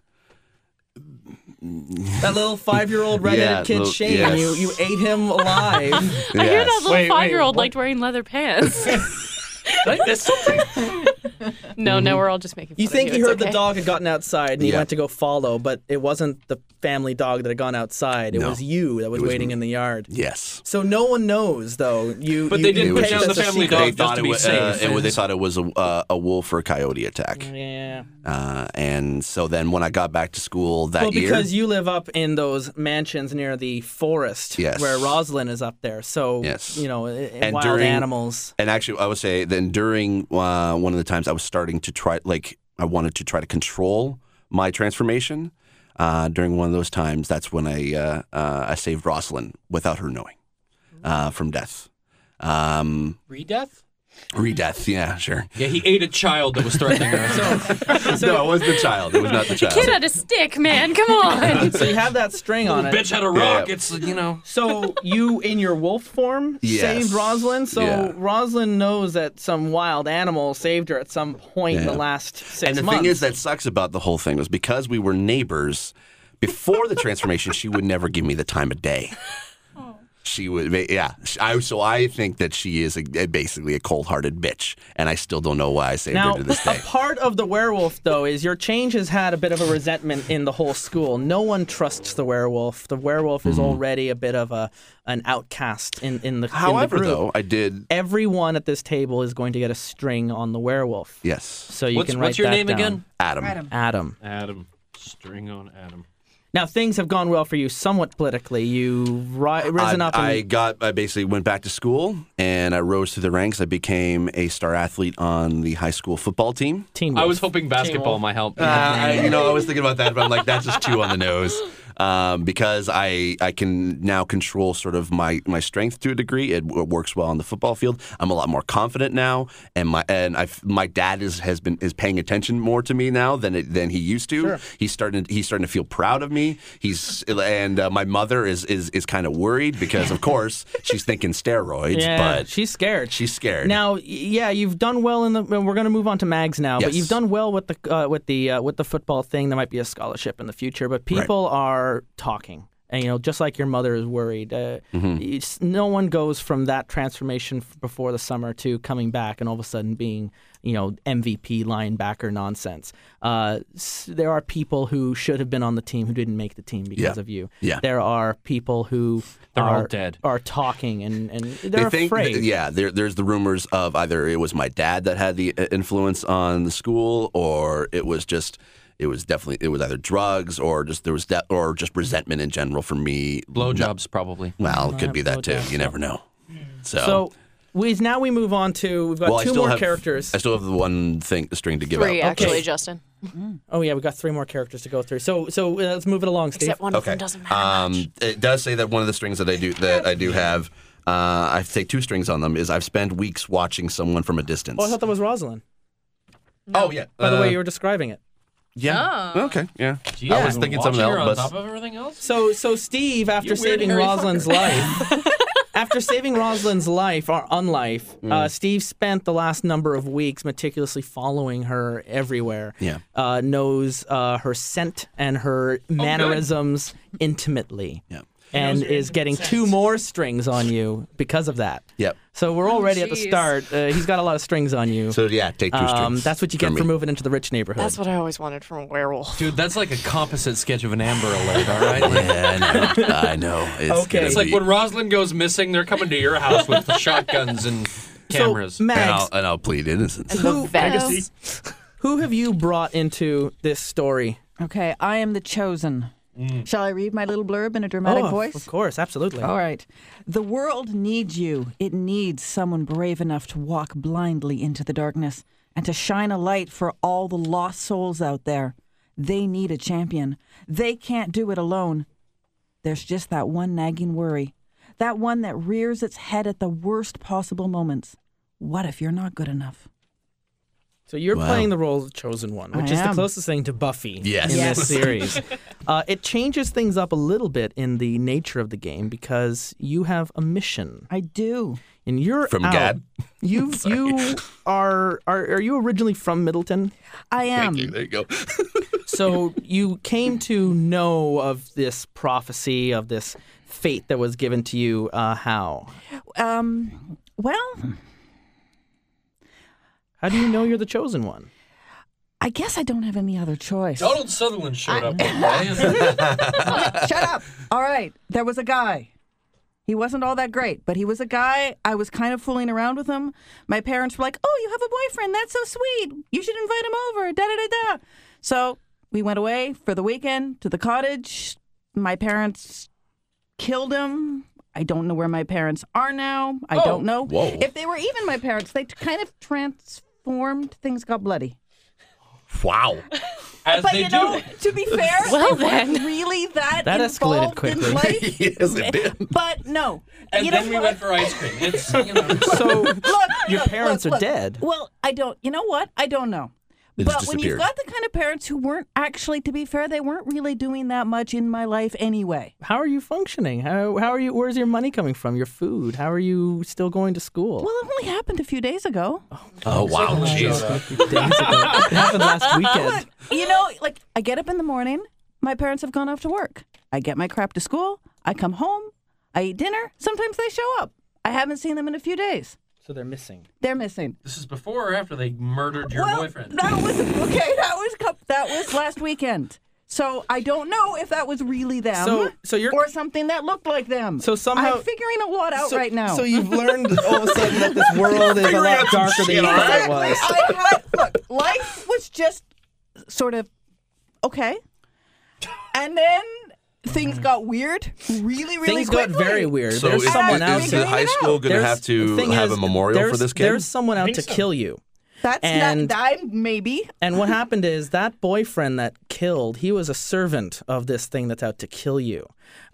That little five year old redheaded
Yeah,
kid
little-
Shane.
yes.
You you ate him alive.
I hear that
yes.
little
Wait, wait,
five year old
what?
liked wearing leather pants.
Did I miss something?
no, no, we're all just making fun
you think
of
he
you. It's
heard the
okay.
dog had gotten outside and he
Yeah.
went to go follow, but it wasn't the family dog that had gone outside. It
No.
was you that was,
It was
waiting
me.
in the yard.
yes.
So no one knows though. You
But
you-
they didn't
you
put
kept
down
this
the
a
family
secret.
dog.
They
just
thought
to
it
be
was. Uh,
safe.
it, was- they thought it was a, uh, a wolf or a coyote attack.
Yeah.
Uh, and so then when I got back to school that
Well,
year,
because you live up in those mansions near the forest
Yes.
where Rosalind is up there. So,
Yes.
you know, i- i-
And
wild
during-
animals.
And actually, I would say then during uh, one of the times I was starting to try, like I wanted to try to control my transformation. Uh, during one of those times, that's when I uh, uh, I saved Rosalind without her knowing uh, from death, um,
Redeath?
re-death. Yeah, sure.
Yeah, he ate a child that was threatening her.
no, it was the child. It was not the child.
Kid had a stick, man. Come on.
So you have that string on it.
Bitch had a rock.
Yeah.
It's
So, you know,
So you, in your wolf form,
Yes.
saved Rosalind. So
Yeah.
Rosalind knows that some wild animal saved her at some point in the
Yeah.
last six
and the
months.
thing is that sucks about the whole thing was because we were neighbors before the transformation she would never give me the time of day she would yeah I, so i think that she is a, basically a cold-hearted bitch and i still don't know why i saved
now,
her to this
a
day
part of the werewolf, though, is your change has had a bit of a resentment in the whole school. No one trusts the werewolf. The werewolf
Hmm.
is already a bit of a an outcast in, in the in the
however
group.
though i did
everyone at this table is going to get a string on the werewolf.
yes
So you
what's,
can write
what's your
that
name
down.
again?
adam,
Adam.
Adam, string on Adam.
Now things have gone well for you somewhat politically. You ri- risen
I,
up and
I got i basically went back to school and i rose through the ranks i became a star athlete on the high school football team
team.
I
wolf.
was hoping basketball might help.
Uh, I, you know, I was thinking about that, but I'm like, that's just too on the nose. Um, because I I can now control sort of my, my strength to a degree. It, w works well on the football field. I'm a lot more confident now, and my and I my dad is has been is paying attention more to me now than it, than he used to. He's starting he's starting to feel proud of me. He's and uh, my mother is is is kind of worried because of course she's thinking steroids,
yeah,
but
she's scared.
she's scared.
now, y- yeah, you've done well in the. well, We're going to move on to mags now, but
Yes.
you've done well with the uh, with the uh, with the football thing. There might be a scholarship in the future, but people are talking, and you know, just like your mother is worried. Uh,
Mm-hmm.
it's- No one goes from that transformation f- before the summer to coming back and all of a sudden being, you know, MVP linebacker nonsense. Uh, s- there are people who should have been on the team who didn't make the team because
Yeah.
of you.
Yeah.
There are people who
They're all
are
dead.
are talking and and they're afraid.
yeah, there, there's the rumors of either it was my dad that had the uh, influence on the school, or it was just it was definitely it was either drugs or just there was de- or just resentment in general for me.
blowjobs probably.
Well, it could be that too. You never know.
Hmm.
So,
So we now we move on to we've got
well, I
two
still
more
have,
characters.
I still have the one thing the string to give
Three,
out.
actually,
Okay.
Justin.
oh yeah, we've got three more characters to go through. So so uh, let's move it along, Steve.
Except one of
Okay.
them doesn't matter. much.
Um, it does say that one of the strings that I do that I do have. Uh, I say two strings on them is I've spent weeks watching someone from a distance.
Oh, I thought that was Rosalind.
oh yeah.
By the
Uh,
way, you were describing it.
Yeah.
Oh.
Okay. Yeah.
Gee,
I was
I'm
thinking something
watching her
else.
On
but-
top of everything else.
So so Steve, after
weird
saving
hairy
Rosalind's life, after saving Rosalind's life or unlife, uh,
Mm.
Steve spent the last number of weeks meticulously following her everywhere.
Yeah. Oh,
uh, knows uh, her scent and her mannerisms intimately.
Yeah.
And is getting two more strings on you because of that.
Yep.
So we're already at the
jeez.
start. Uh, he's got a lot of strings on you.
So yeah, take two
um,
strings.
that's what you get for,
me.
moving into the rich neighborhood.
That's what I always wanted from a werewolf.
Dude, that's like a composite sketch of an Amber Alert, all right? Like,
Yeah, I know. I know. It's
Okay.
gonna
It's
It's like
be-
when Rosalind goes missing, they're coming to your house with shotguns and cameras.
So, Max,
and I'll, and I'll plead innocence.
The
Legacy.
vest.
who have you brought into this story?
Okay, I am the chosen. Shall I read my little blurb in a dramatic
oh,
voice? Oh.
Of course, absolutely.
All right. The world needs you. It needs someone brave enough to walk blindly into the darkness and to shine a light for all the lost souls out there. They need a champion. They can't do it alone. There's just that one nagging worry, that one that rears its head at the worst possible moments. What if you're not good enough?
So you're
Wow.
playing the role of the chosen one, which
I
is the
am.
closest thing to Buffy
Yes.
in
Yes.
this series. uh, it changes things up a little bit in the nature of the game because you have a mission,
I do.
and you're
From
out.
Gad?
You you are are are you originally from Middleton?
I am.
Thank you. There you go.
So you came to know of this prophecy of this fate that was given to you. Uh, how?
Um, well,
How do you know you're the chosen one?
I guess I don't have any other choice.
Donald Sutherland showed up one day. and-
Shut up. All right. There was a guy. He wasn't all that great, but he was a guy. I was kind of fooling around with him. My parents were like, "Oh, you have a boyfriend. That's so sweet. You should invite him over." Da da da da. So, we went away for the weekend to the cottage. My parents killed him. I don't know where my parents are now. I don't know.
Whoa.
If they were even my parents, they kind of transformed. Things got bloody.
Wow.
as
But
they
you
do.
know, to be fair,
Well,
it wasn't
then.
really that,
That escalated
involved
quickly.
in life.
yes, it did.
But no,
and
you
then
know
we
what?
went for ice cream. It's, you know,
So
Look,
Your
look,
parents
look,
are
look.
dead.
Well, I don't. You know what? I don't know.
They just
but when you've
disappeared.
got the kind of parents who weren't actually, to be fair, they weren't really doing that much in my life anyway.
how are you functioning? How how are you? Where's your money coming from? Your food? How are you still going to school?
Well, it only happened a few days ago.
Oh wow. Jeez.
days ago. It happened last weekend.
You know, like I get up in the morning, my parents have gone off to work. I get my crap to school. I come home. I eat dinner. Sometimes they show up. I haven't seen them in a few days.
So they're missing.
They're missing.
this is before or after they murdered your
well,
boyfriend.
That was okay. That was cou- that was last weekend. So I don't know if that was really them.
So- so you're-
or something that looked like them.
So somehow-
I'm figuring a lot out
so,
Oh, right now.
So you've learned all of a sudden that this world is a lot darker than you thought it
exactly.
was.
I had, look, life was just sort of okay, and then things got weird. Really, really
Things got
quickly.
very weird.
So
there's
is,
someone
is,
out
is
to,
the high school going to
there's-
have to
the thing
have
is,
a memorial for
there's-
this kid?
There's someone out to kill you.
That's
And-
not. I'm maybe.
And what happened is that boyfriend that killed, he was a servant of this thing that's out to kill you.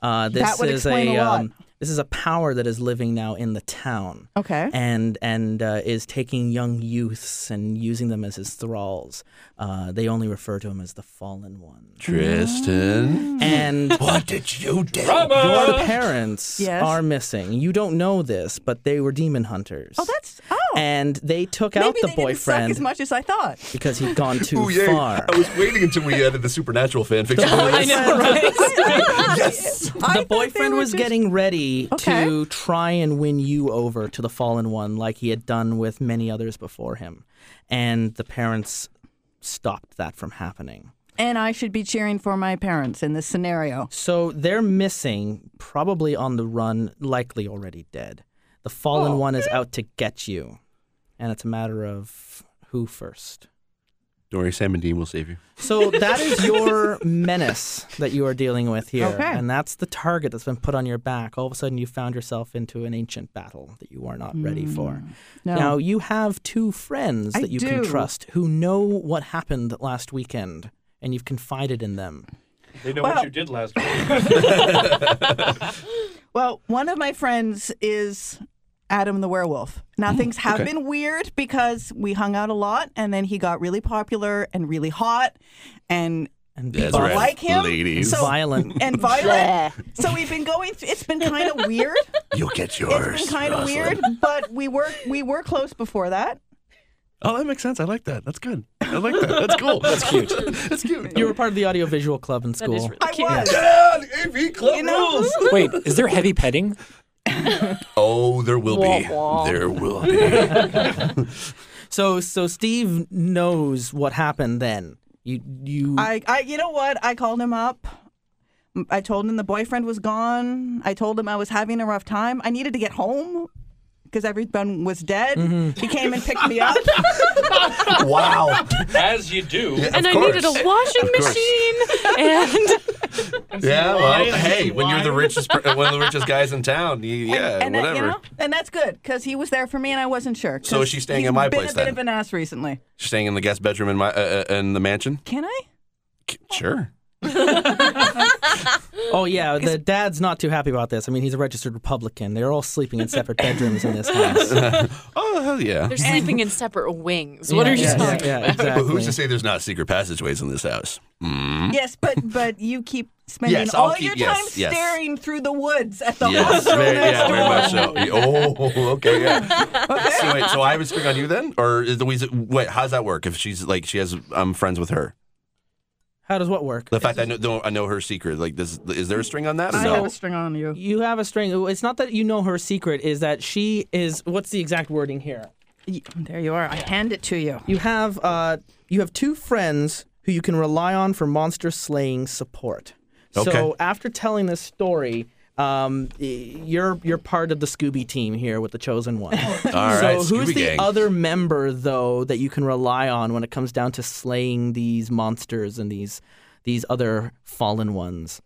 Uh, this
That would
is
explain a lot.
Um, this is a power that is living now in the town.
Okay.
And and uh, is taking young youths and using them as his thralls. Uh, they only refer to him as the fallen one.
Tristan.
And
What did you do?
your parents
Yes.
are missing. You don't know this, but they were demon hunters.
Oh, that's oh.
and they took
maybe
out the
they
boyfriend
didn't suck as much as I thought.
because he'd gone too
Ooh, yay.
far.
I was waiting until we added the supernatural fanfiction.
I know,
yes.
the boyfriend was getting ready
Okay.
to try and win you over to the fallen one like he had done with many others before him and the parents stopped that from happening
And I should be cheering for my parents in this scenario.
so they're missing probably on the run likely already dead the fallen one is out to get you and it's a matter of who first
Don't worry, Sam and Dean will save you.
so that is your menace that you are dealing with here
Okay.
and that's the target that's been put on your back all of a sudden you found yourself into an ancient battle that you were not ready for
Mm, No.
Now you have two friends
I
that you can
do.
trust who know what happened last weekend, and you've confided in them.
They know
Well-
what you did last week.
well, one of my friends is Adam the werewolf. Now things have been weird because we hung out a lot, and then he got really popular and really hot, and
And
That's
people
right,
like him.
ladies.
So-
violent.
and violent. so we've been going. Th- it's been kind of weird.
You'll get
It's
yours.
been kind of
Rosalind.
weird, but we were we were close before that.
Oh, that makes sense. I like that. That's good. I like that. That's cool. That's cute. That's cute.
you were part of the audiovisual club in school.
That is really
I
cute.
was.
Yeah, AV Club
You know?
rules.
Wait, is there heavy petting?
Oh, there will be.
Wah, wah.
There will be.
So so Steve knows what happened then. You you
I, I you know what? I called him up. I told him the boyfriend was gone. I told him I was having a rough time. I needed to get home because everyone was dead.
Mm-hmm.
He came and picked me up.
wow.
As you do.
and I needed a washing machine. And
Yeah, well, hey, when you're the
Why?
richest, per- one of the richest guys in town, uh, you, yeah,
and, that-
whatever.
you know, and that's good because he was there for me and I wasn't sure.
So
'cause
is she staying
he's
in my
been
place
a bit
then?
of an ass recently.
Staying in the guest bedroom in my uh, uh, in the mansion.
Can I?
K- Sure.
Oh yeah, the dad's not too happy about this. I mean, he's a registered Republican. They're all sleeping in separate bedrooms in this house.
Oh hell yeah.
they're sleeping in separate wings. What are you
yeah,
talking
yeah, yeah,
But who's to
exactly.
say there's not secret passageways in this house? Mm.
Yes, but but you keep spending
Yes, I'll
all
keep-
your
yes,
time
yes.
staring through the woods at the
Yes,
hospital
very,
next
yeah, very
door.
much so. Oh, okay, yeah. So wait, so I would speak on you then, or is the we? Wait, how's that work? If she's like she has, I'm friends with her.
How does what work?
The fact I know don't- I know her secret. Like, this is there a string on that? Or
I
no.
have a string on you.
You have a string. It's not that you know her secret. Is that she is? What's the exact wording here?
Y- There you are. I hand it to you.
You have uh, you have two friends who you can rely on for monster slaying support.
Okay.
So after telling this story, um, y- you're you're part of the Scooby team here with the chosen one.
All
so
right,
who's
Scooby
the
Gang.
other member though that you can rely on when it comes down to slaying these monsters and these these other fallen ones?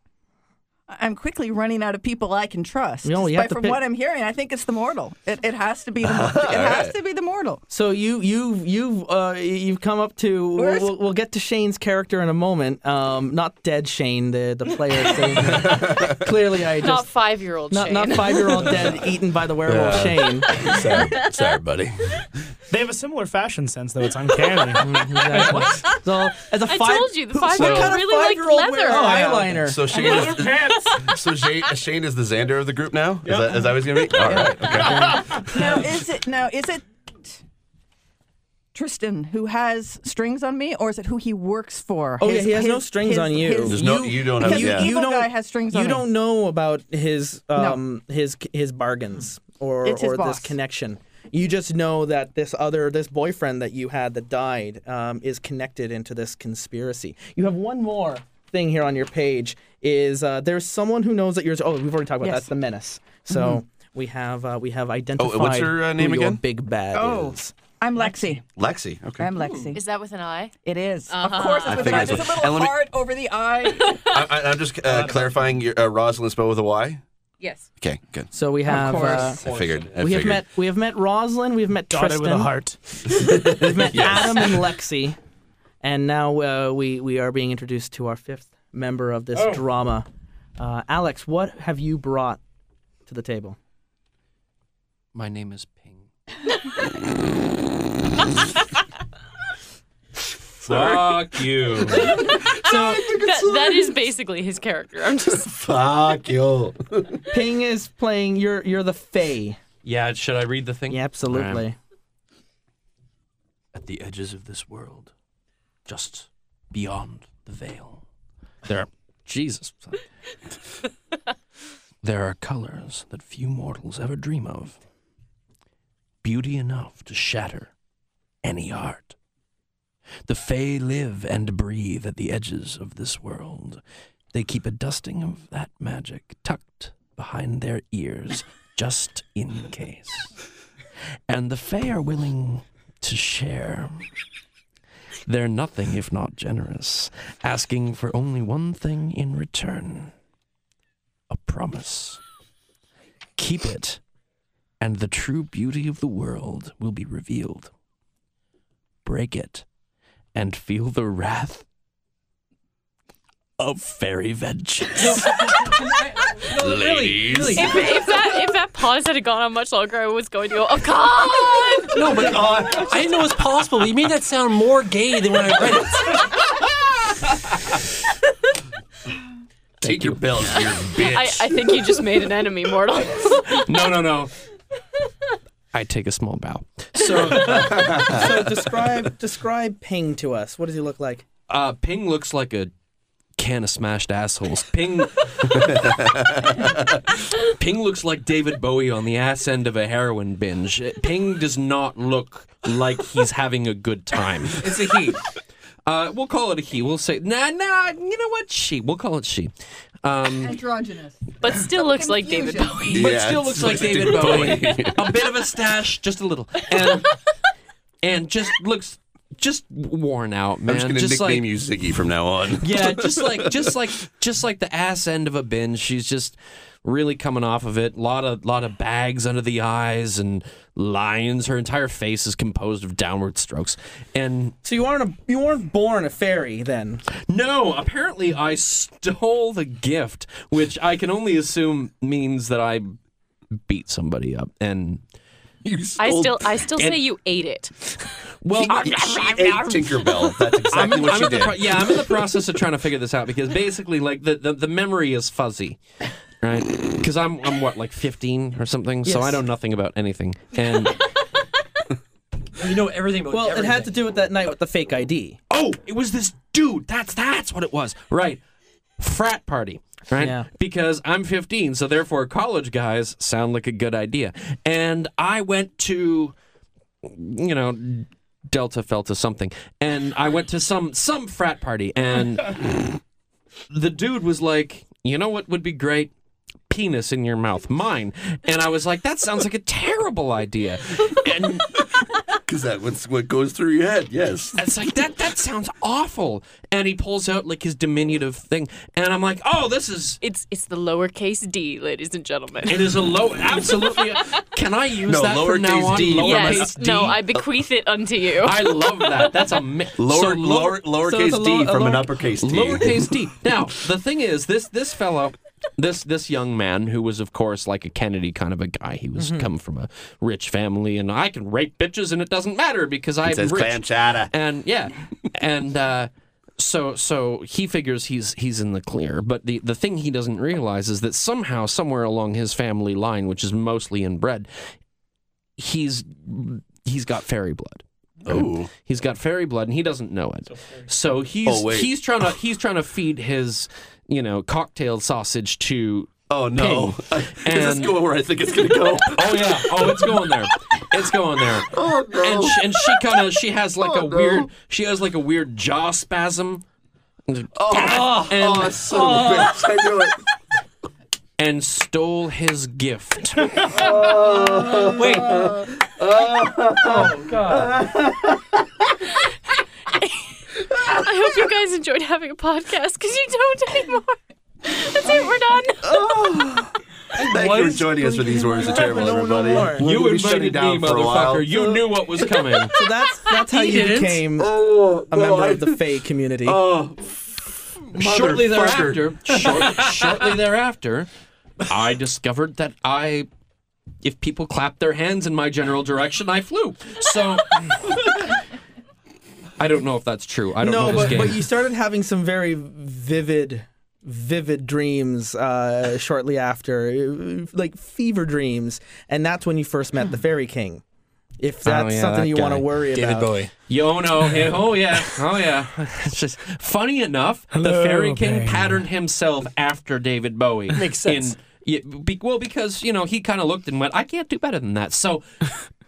I'm quickly running out of people I can trust.
No, you
but
have to
from
pick-
what I'm hearing, I think it's the mortal. It, it has to be. The, it has to be the mortal.
So you you you've uh, you've come up to we'll,
Where's-
we'll, we'll get to Shane's character in a moment. Um, not dead Shane, the the player. Shane. Clearly, I
Not
just
five year old
not, not five year old dead eaten by the werewolf Shane.
sorry, sorry, buddy.
They have a similar fashion sense, though. It's uncanny.
Exactly. So as a
I
five,
told you, the
who-
five-year-old
what kind of
really liked
five-year-old wears
leather. Oh,
eyeliner.
So Shane, is, so Shane, Shane is the Xander of the group now. Is that is that what he's gonna be? All right. Okay.
Now is it? Now is it? Tristan, who has strings on me, or is it who he works for?
Oh, yeah, he has no strings on you.
There's no- you don't have-
because
yeah.
the
You
evil
don't-
guy has strings on
you
him.
don't know about his um his his bargains or
It's his
or
boss.
this connection. You just know that this other this boyfriend that you had that died um, is connected into this conspiracy. You have one more thing here on your page is uh, there's someone who knows that yours. Oh, we've already talked about
Yes. Mm-hmm.
that's the menace. So. We have uh, we have identified.
what's your, uh,
who
name
your
again?
big bad.
Oh.
is.
I'm Lexi.
Lexi. Okay.
I'm Lexi.
Is that with an eye?
It is. Of course,
I
it's with
think
an eye.
it's
There's a
with-
little
and let me-
heart over the eye.
I, I, I'm just uh, clarifying your uh, Rosalind spell with a Y.
Yes.
Okay, good.
So we have
course.
uh,
I figured. I
we have
figured.
met we have met Roslyn. We have met
Dotted
Tristan.
with a heart.
We've met Adam and Lexi, and now uh, we we are being introduced to our fifth member of this
Oh.
drama. Uh, Alex, what have you brought to the table?
My name is Ping.
Fuck you.
That, that is basically his character. I'm just
Fuck you.
Ping is playing. You're you're the Fae.
Yeah, should I read the thing?
Yeah, absolutely.
Alright. At the edges of this world, just beyond the veil, there are Jesus. there are colors that few mortals ever dream of. Beauty enough to shatter any heart. The Fae live and breathe at the edges of this world. They keep a dusting of that magic tucked behind their ears, just in case. And the Fae are willing to share. They're nothing if not generous, asking for only one thing in return a promise. Keep it, and the true beauty of the world will be revealed. Break it, and feel the wrath of fairy vengeance.
Ladies.
If, if that if that pause had gone on much longer, I was going to go. Oh God!
no, but I didn't know it was possible. You made that sound more gay than when I read it.
Take your belt, you bitch.
I, I think you just made an enemy, mortal.
no, no, no.
I take a small bow.
So describe describe Ping to us. What does he look like?
Uh, Ping looks like a can of smashed assholes. Ping. Ping looks like David Bowie on the ass end of a heroin binge. Ping does not look like he's having a good time. It's a he. Uh, we'll call it a he. We'll say nah, nah. You know what? She. We'll call it she. Um,
Androgynous.
but still looks like David
Confusion.
Bowie.
but
Yeah,
still
it's
looks like David Bowie. a bit of a stash, just a little, and and just looks just worn out, man.
I'm just gonna
like,
nickname you Ziggy from now on.
yeah, just like just like just like the ass end of a bin. She's just really coming off of it. Lot of lot of bags under the eyes and lines. Her entire face is composed of downward strokes. And
So you aren't a, you weren't born a fairy then.
no, apparently I stole the gift, which I can only assume means that I beat somebody up. And
I still I still say you ate it.
well,
she ate Tinkerbell. That's exactly
I'm,
what
I'm
she
in the
did.
pro- yeah, I'm in the process of trying to figure this out because basically, like the, the, the memory is fuzzy, right? Because I'm I'm what like 15 or something, so I
Yes.
know nothing about anything. And
You know everything about
Well,
everything.
it had to do with that night with the fake ID.
oh, it was this dude. That's that's what it was, right? Frat party, right?
Yeah.
Because I'm 15, so therefore college guys sound like a good idea. And I went to, you know. Delta Felta something, and I went to some some frat party, and the dude was like, "You know what would be great? Penis in your mouth, mine." And I was like, "That sounds like a terrible idea." And
Because that's what goes through your head. Yes.
it's like that that sounds awful. And he pulls out like his diminutive thing, and I'm like, "Oh, this is."
It's it's the lowercase d, ladies and gentlemen.
It is a low, absolutely. Can I use
No,
that from now
lowercase
on?
d.
Yes.
Lowercase d.
No, I bequeath it unto you.
I love that. That's a mi-
Lower,
so
lower, lowercase
so it's a
d
lo- a
from an
lower-
uppercase d.
lowercase d. Now, the thing is, this this fellow, this this young man who was, of course, like a Kennedy kind of a guy. He
Mm-hmm.
was come from a rich family, and I can rape bitches, and it doesn't matter because I'm
It says
rich.
clam chowder.
And yeah, and uh, so so he figures he's he's in the clear. But the the thing he doesn't realize is that somehow, somewhere along his family line, which is mostly inbred, he's he's got fairy blood.
Ooh.
He's got fairy blood and he doesn't know it. So he's
Oh, wait.
he's trying to he's trying to feed his you know cocktail sausage to.
Oh no! Is this
And-
going where I think it's gonna go?
Oh yeah! Oh, it's going there. It's going there. Oh no! And she, and she kind of she has like
Oh,
a weird she has like a weird jaw spasm. Oh, and,
Son of a bitch! I knew it.
and stole his gift.
Oh.
Wait.
I hope you guys enjoyed having a podcast because you don't anymore. That's it. We're done.
Thank you for joining us for these words of terrible,
No, no
everybody.
more.
We're
you
gonna be shutting
invited
down
me,
for a while.
motherfucker. You knew what was coming.
So that's that's how you became
Oh,
a
no,
member
I-
of the Fae community.
Oh,
shortly
motherfucker.
thereafter, short, shortly thereafter, I discovered that I, if people clapped their hands in my general direction, I flew. So. I don't know if that's true. I don't
no,
know this
but,
game.
but you started having some very vivid, vivid dreams uh, shortly after, uh, like fever dreams, and that's when you first met the Fairy King. If that's
Oh, yeah,
something
that
you want to
guy.
worry
David
about,
Bowie.
Yo, no, hey, oh yeah, oh yeah. It's just funny enough,
Hello,
the Fairy King
baby.
patterned himself after David Bowie. Makes
sense.
well, because you know he kind of looked and went, "I can't do better than that." So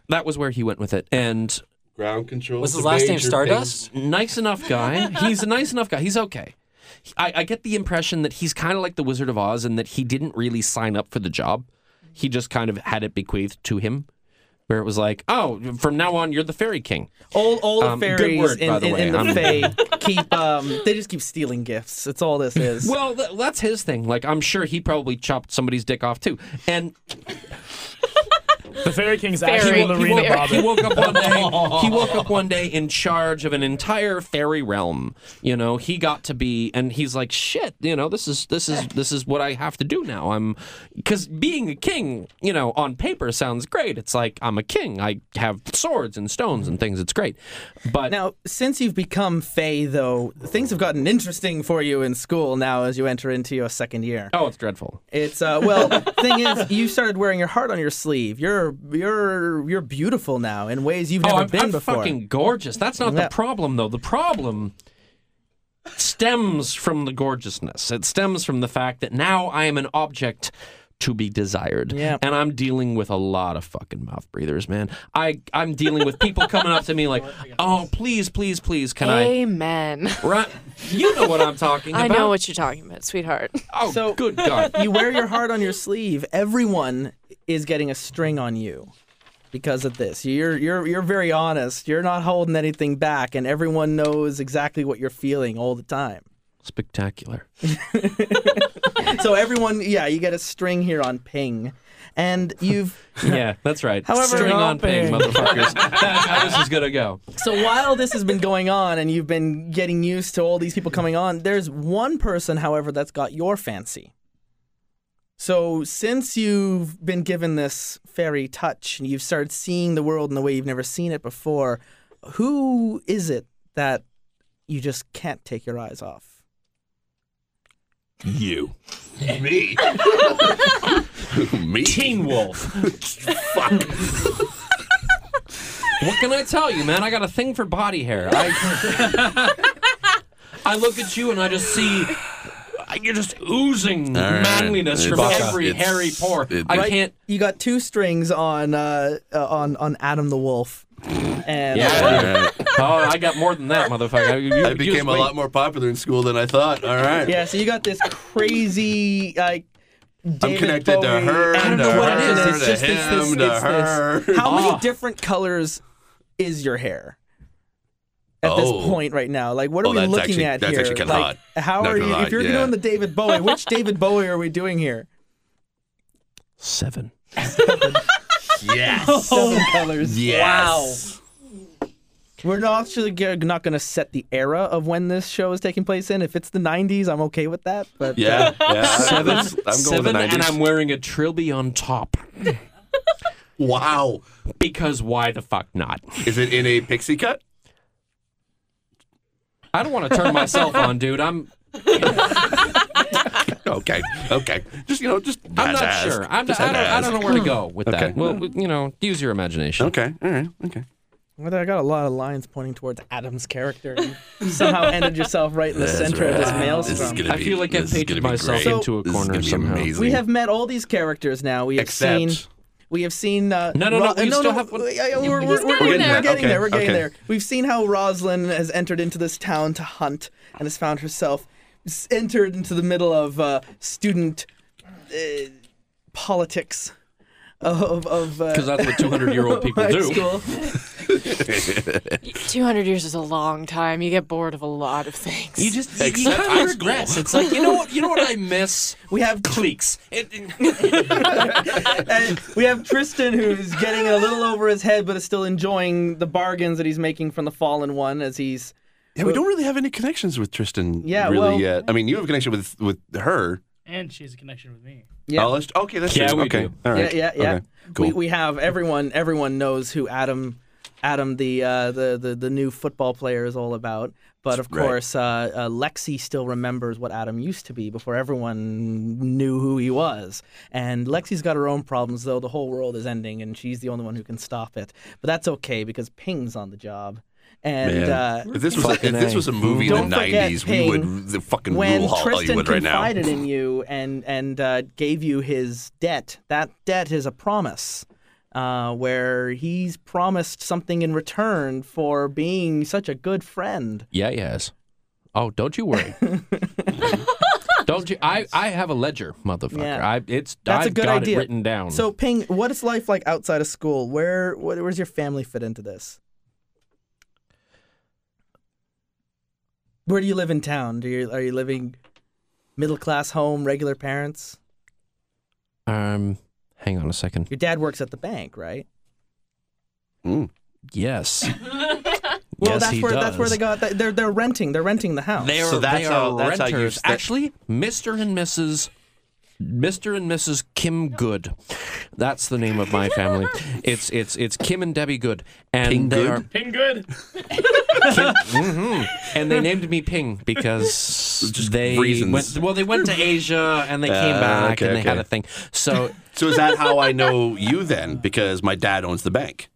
that was where he went with it, and
Ground control.
Was his
to
last name
major
Stardust?
nice enough guy. He's a nice enough guy. He's okay. I, I get the impression that he's kind of like the Wizard of Oz and that he didn't really sign up for the job. He just kind of had it bequeathed to him, where it was like, oh, from now on, you're the Fairy King.
all all
Um,
the
good
fairies
word,
in,
by the
in, in
way.
the Fae keep um, they just keep stealing gifts. That's all this is.
Well, th- that's his thing. Like, I'm sure he probably chopped somebody's dick off too. And
The Fairy King's
He
actual
woke- he
arena
woke-
Bobbin.
He woke up one day. He woke up one day in charge of an entire fairy realm. You know, he got to be, and he's like, shit. You know, this is this is this is what I have to do now. I'm because being a king, you know, on paper sounds great. It's like I'm a king. I have swords and stones and things. It's great. But
now, since you've become Fae, though, things have gotten interesting for you in school now as you enter into your second year.
Oh, it's dreadful.
It's uh, well, thing is, you started wearing your heart on your sleeve. You're you're you're beautiful now in ways you've never
oh, I'm,
been
I'm
before.
fucking gorgeous. That's not
Yeah.
the problem, though. The problem stems from the gorgeousness. It stems from the fact that now I am an object to be desired.
Yeah.
And I'm dealing with a lot of fucking mouth breathers, man. I, I'm dealing with people coming up to me like, oh, please, please, please, can I?
Amen.
Right? You know what I'm talking
I
about.
know what you're talking about, sweetheart.
Oh,
So-
good God.
you wear your heart on your sleeve. Everyone is getting a string on you because of this. You're you're you're very honest. You're not holding anything back, and everyone knows exactly what you're feeling all the time.
Spectacular.
so everyone, yeah, you get a string here on ping, and you've
Yeah, that's right.
However-
String on ping,
Stopping.
motherfuckers. That's how this is going to go.
So while this has been going on and you've been getting used to all these people coming on, there's one person, however, that's got your fancy. So since you've been given this fairy touch and you've started seeing the world in the way you've never seen it before, who is it that you just can't take your eyes off?
You. Me. Me.
Teen Wolf.
Fuck.
What can I tell you, man? I got a thing for body hair. I, I look at you and I just see you're just oozing
All right.
manliness from
It's-
every
it's-
hairy pore.
it-
I
Right?
can't.
You got two strings on uh, uh, on on Adam the Wolf, and
Yeah. Oh, I got more than that, motherfucker. You- you
I became
just
a
wait.
lot more popular in school than I thought. All right.
Yeah, so you got this crazy like. David
connected to
Bowie.
her,
I
to
don't know what it
her,
is. It's
to
just this, this,
him, to
it's this.
her. Oh.
How many
Ah.
different colors is your hair at
Oh.
this point right now? Like, what are
Oh,
we
that's
looking
actually-
at
that's
here?
actually kinda
like,
hot.
how
Not
are
gonna
you?
lie,
If you're
yeah.
doing the David Bowie, which David Bowie are we doing here?
Seven.
Yes.
Seven colors.
Yes.
We're not actually g- not going to set the era of when this show is taking place in. If it's the '90s, I'm okay with that. But
Yeah. yeah.
Seven.
I'm going
seven,
with the 90s.
and I'm wearing a trilby on top
wow.
because why the fuck not?
Is it in a pixie cut?
I don't want to turn myself on, dude. I'm.
Okay. Okay. Just you know, just
I'm
had to
not
ask.
sure. I'm, I,
Just had
don't,
to
I don't know
ask.
where to go with
Okay.
that. Well, you know, use your imagination.
Okay. All right. Okay.
Well, I got a lot of lines pointing towards Adam's character. You somehow ended yourself right in the center of this maelstrom.
This is gonna
I
be-
feel like I've
this is gonna
painted
be
myself
great.
into a
This is
corner
gonna be
somehow.
amazing.
We have met all these characters now. We have
Except-
seen. We have seen. Uh,
No, no, no,
Ro-
we still have one-
we- I- I- We're, we're,
He's
we're-
getting
we're
there.
getting
Okay,
there. We're getting
okay.
there. We've seen how Rosalind has entered into this town to hunt and has found herself s- entered into the middle of uh, student uh, politics of of uh,
Because that's what 200 year old people
high
do.
school.
200 years is a long time. You get bored of a lot of things.
You just you,
Except
kind
high
of regress. It's like you know what you know what I miss.
We have
Cliques. It-
and we have Tristan who's getting a little over his head, but is still enjoying the bargains that he's making from the fallen one as he's
Yeah, we don't really have any connections with Tristan.
Yeah,
really
well-
yet. I mean, you have a connection with with her.
And she has a connection with me.
Yeah.
Oh, that's- okay, that's
Yeah,
true.
we
okay.
do.
All right.
Yeah, yeah, yeah.
Okay, cool.
We, we have everyone. Everyone knows who Adam, Adam the uh, the, the the new football player is all about. But of
Right.
course, uh, uh, Lexi still remembers what Adam used to be before everyone knew who he was. And Lexi's got her own problems, though. The whole world is ending, and she's the only one who can stop it. But that's okay because Ping's on the job. And
Man.
uh,
if this was a, if this was a movie in
Don't
the
forget,
'90s, we
Ping,
would the fucking
when
rule Hol-
Tristan
Hollywood right now.
confided in you and and uh, gave you his debt, that debt is a promise, uh, where he's promised something in return for being such a good friend.
yeah, yes. Oh, don't you worry. don't you? I, I have a ledger, motherfucker.
Yeah.
I it's
That's
I've
a good
got
idea.
it written down.
So, Ping, what is life like outside of school? Where, where where's your family fit into this? Where do you live in town? Do you are you living middle class home, regular parents?
um, Hang on a second.
Your dad works at the bank, right?
Yes.
Well,
Yes,
that's
he
where that's where
does.
they got. They're they're renting. They're renting the house.
They are, they are renters. Actually, Mr. and Mrs. Mr. and Mrs. Kim Good. That's the name of my family. it's it's it's Kim and Debbie Good, and
Ping
they
Good?
are
Ping good.
hmm and they named me Ping because they
reasons.
went well. They went to Asia and they came
Uh,
back
okay,
and they had
okay.
a thing. So
So is that how I know you then? Because my dad owns the bank.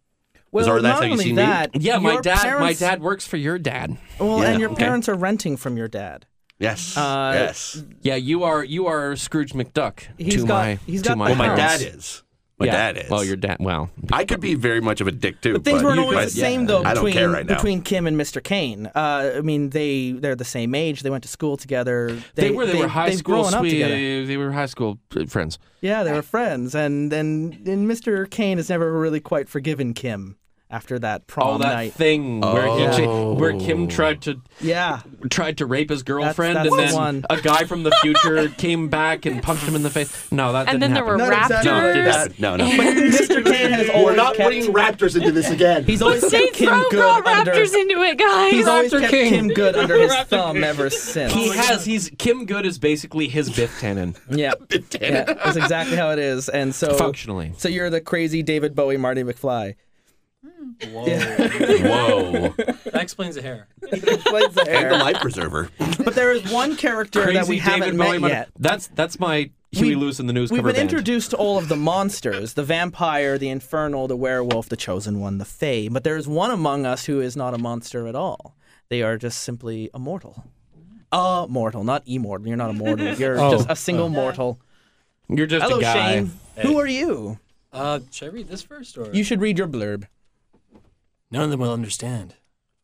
Well,
is, or that's
not
how you
only
see
that,
me?
yeah, my
your
dad my
parents-
dad works for your dad.
Well,
Yeah,
and your
okay.
parents are renting from your dad.
Yes.
Uh,
yes.
Yeah, you are you are Scrooge McDuck
He's
to
got-
my
he's
to
got
my
Well, my
parents.
dad is. My
Yeah,
dad is.
Well, your dad. Well,
I could be very much of a dick too. But
Things weren't
you-
always
but
the same
yeah,
though
I don't
between
care right now.
between Kim and Mr. Kane. Uh, I mean, they they're the same age. They went to school together.
They, were they, were high
they've
school
grown up
swe-
together.
They were high school uh, friends.
Yeah, they were friends, and then and Mr. Kane has never really quite forgiven Kim after that prom
Oh, that
night.
thing where he
Oh.
cha- where Kim tried to
yeah
tried to rape his girlfriend,
that's the
and then
one.
a guy from the future came back and punched him in the face. No, that
And
didn't
then there
happen.
were Not exactly.
No, it didn't
raptors.
happen.
No, no.
Mr. Kane has always uh, kept-
raptors into this again.
He's always
They
kept Kim
throw
good
raw
under.
raptors into it, guys.
He's always
Raptor
kept
King.
Kim good under his thumb ever since.
He has. He's Kim Good is basically his Biff Tannen.
Yeah. yeah, that's exactly how it is. And so
Functionally.
Oh. so you're the crazy David Bowie, Marty McFly.
Whoa.
Whoa.
That explains the hair.
Explains the
and the
hair.
life preserver.
But there is one character
Crazy
that we haven't
David
met
Bowie.
yet.
That's that's my Huey Lewis in the News
We've
cover
been
band.
introduced to all of the monsters: the vampire, the infernal, the werewolf, the chosen one, the fae. But there is one among us who is not a monster at all. They are just simply a mortal. A mortal, not immortal. You're not a mortal. You're
Oh.
just a single mortal.
You're just
Hello,
a guy.
Shane. Who are you?
Uh, should I read this first or?
You should read your blurb.
None of them will understand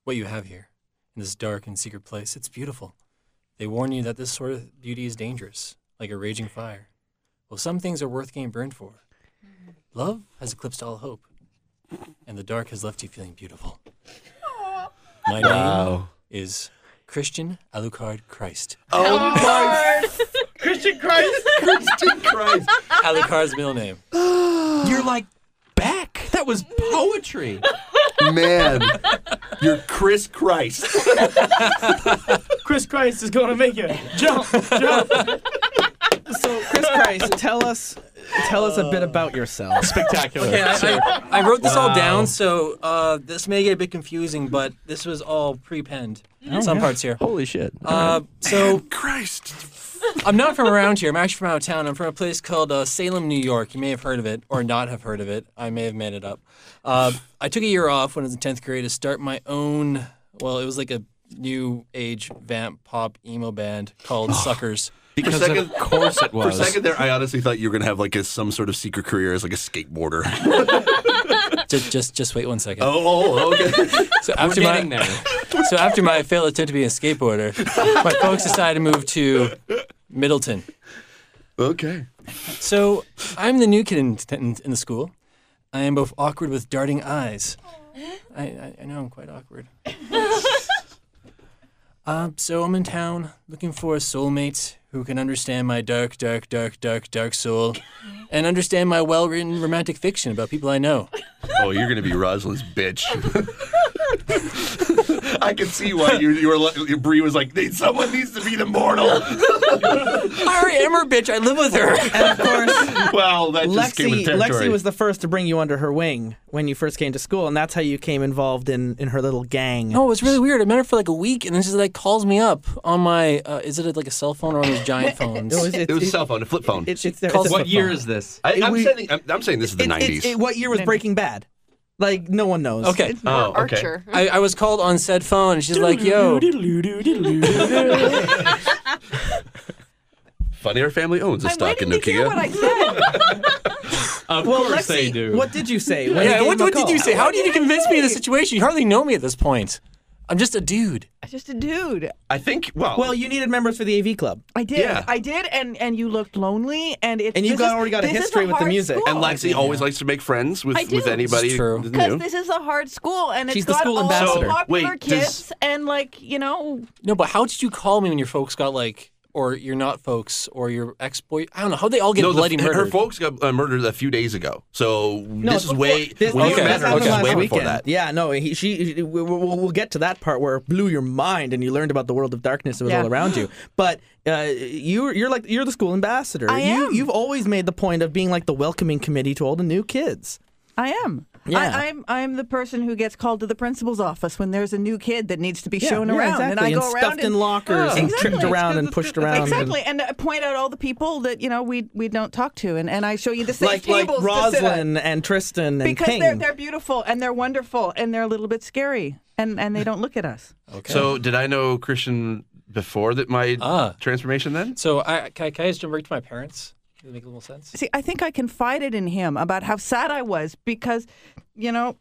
what you have here in this dark and secret place. It's beautiful. They warn you that this sort of beauty is dangerous, like a raging fire. Well, some things are worth getting burned for. Love has eclipsed all hope, and the dark has left you feeling beautiful. My name
Wow.
is Christian Alucard Christ.
Oh my
Christian Christ!
Christian Christ.
Alucard's middle name.
You're like back. That was poetry.
Man. You're Chris Christ.
Chris Christ is going to make it. Jump! Jump!
So, Chris Christ, tell us, tell us a bit about yourself.
Spectacular.
Okay, I, I, I wrote this all down, so uh, this may get a bit confusing, but this was all pre-penned. Some parts here.
Holy shit.
Uh, so
Christ.
I'm not from around here. I'm actually from out of town. I'm from a place called uh, Salem, New York. You may have heard of it or not have heard of it. I may have made it up. Uh, I took a year off when I was in 10th grade to start my own, well, it was like a new age vamp pop emo band called Suckers.
because of course it
For a
was.
second there, I honestly thought you were gonna have like a, some sort of secret career as like a skateboarder.
Just, just, just wait one second.
oh, oh, okay.
So after
We're
my,
getting there.
So after my failed attempt to be a skateboarder, my folks decided to move to Middleton.
Okay.
So I'm the new kid in, in, in the school. I am both awkward with darting eyes. I, I, I know I'm quite awkward. uh, so I'm in town looking for a soulmate who can understand my dark, dark, dark, dark, dark soul and understand my well written romantic fiction about people I know.
Oh, you're gonna be Rosalind's bitch. I can see why you you were like Bree was like "Need- someone needs to be the mortal.
I already am her bitch. I live with her.
And of course,
well, that just came
Lexi,
with territory.
Lexi was the first to bring you under her wing when you first came to school, and that's how you came involved in, in her little gang.
No, it was really weird. I met her for like a week, and then she like calls me up on my uh, is it like a cell phone or one of those giant phones?
was,
it was a cell phone, a flip phone.
It's, it's, it's
Calls
it's-
what year
is this?
I, I'm,
we-
saying, I'm, I'm saying this is the
it's- it's-
90s.
it- what year was Breaking Bad? Like no one knows.
okay,
It's more
Oh, okay.
Archer.
I, I was called on said phone, and she's like, "Yo,
Funny, our family owns a
I'm
stock in
waiting to hear what
Nokia.
I said.
Of
Well, Lexi,
course they do.
what did you say? When
yeah,
you
what,
gave him a
what did
call?
you say? How did you convince me of the situation? You hardly know me at this point. I'm just a dude.
Just a dude.
I think, well,
Well, you needed members for the AV club.
I did.
Yeah.
I did, and and you looked lonely, and it's
And you
this
got-
is-
already got a
this is
history with the
hard
music.
School.
and Lexi always likes to make friends with,
I do.
with anybody
It's true.
because
new.
this is a hard school, and it's
She's the
got
school
all
ambassador.
the popular
Wait, does-
kids, and like you know,
No, but how did you call me when your folks got like
or you're not folks, or your ex boy. I don't know how they all get
no, the-
bloody
her-
murdered.
Her folks got uh, murdered a few days ago. So
No,
this is
before-
way
This,
when
this-
you
this
met her,
happened
this is
last
way before
weekend.
that.
Yeah, no, he, she. We, we, we'll, we'll get to that part where it blew your mind and you learned about the world of darkness that was
Yeah.
all around you. But uh, you, you're like you're the school ambassador.
I
you,
am.
You've always made the point of being like the welcoming committee to all the new kids.
I am.
Yeah.
I, I'm I'm the person who gets called to the principal's office when there's a new kid that needs to be
Yeah,
shown
yeah,
around, and I
exactly,
go
and Oh,
around
stuffed in lockers and
Exactly.
tripped around and pushed around. and-
Exactly, and uh, point out all the people that you know we we don't talk to, and, and I show you the same
Like like
tables to sit at.
Roslyn and Tristan and
because
Ping.
they're they're beautiful and they're wonderful and they're a little bit scary and and they don't look at us.
So did I know Christian before that my
Ah.
transformation then?
So I can, I can I just jump right to my parents? Does it make a little sense?
See, I think I confided in him about how sad I was because, you know,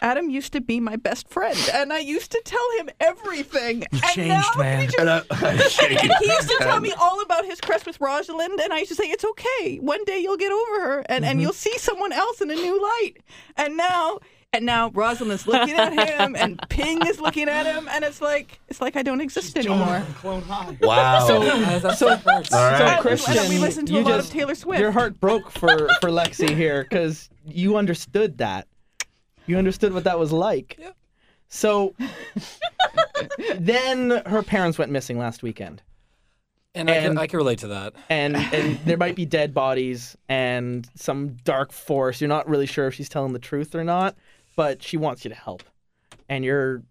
Adam used to be my best friend, and I used to tell him everything. You and
changed,
now
man.
He, just-
And I-
and he used to tell me all about his crush with Rosalind, and I used to say, "It's okay. One day you'll get over her, and,
Mm-hmm.
and you'll see someone else in a new light." And now, and now Rosalind's looking at him, and Ping is looking at him, and it's like it's like I don't exist anymore.
Wow.
So, so,
right.
so
Why don't
Christian,
we listen to
you
a lot of
just,
Taylor Swift?
Your heart broke for for Lexi here because you understood that. You understood what that was like. So then her parents went missing last weekend,
And, I, can,
And-
I can relate to that.
and and there might be dead bodies and some dark force. You're not really sure if she's telling the truth or not, but she wants you to help, and you're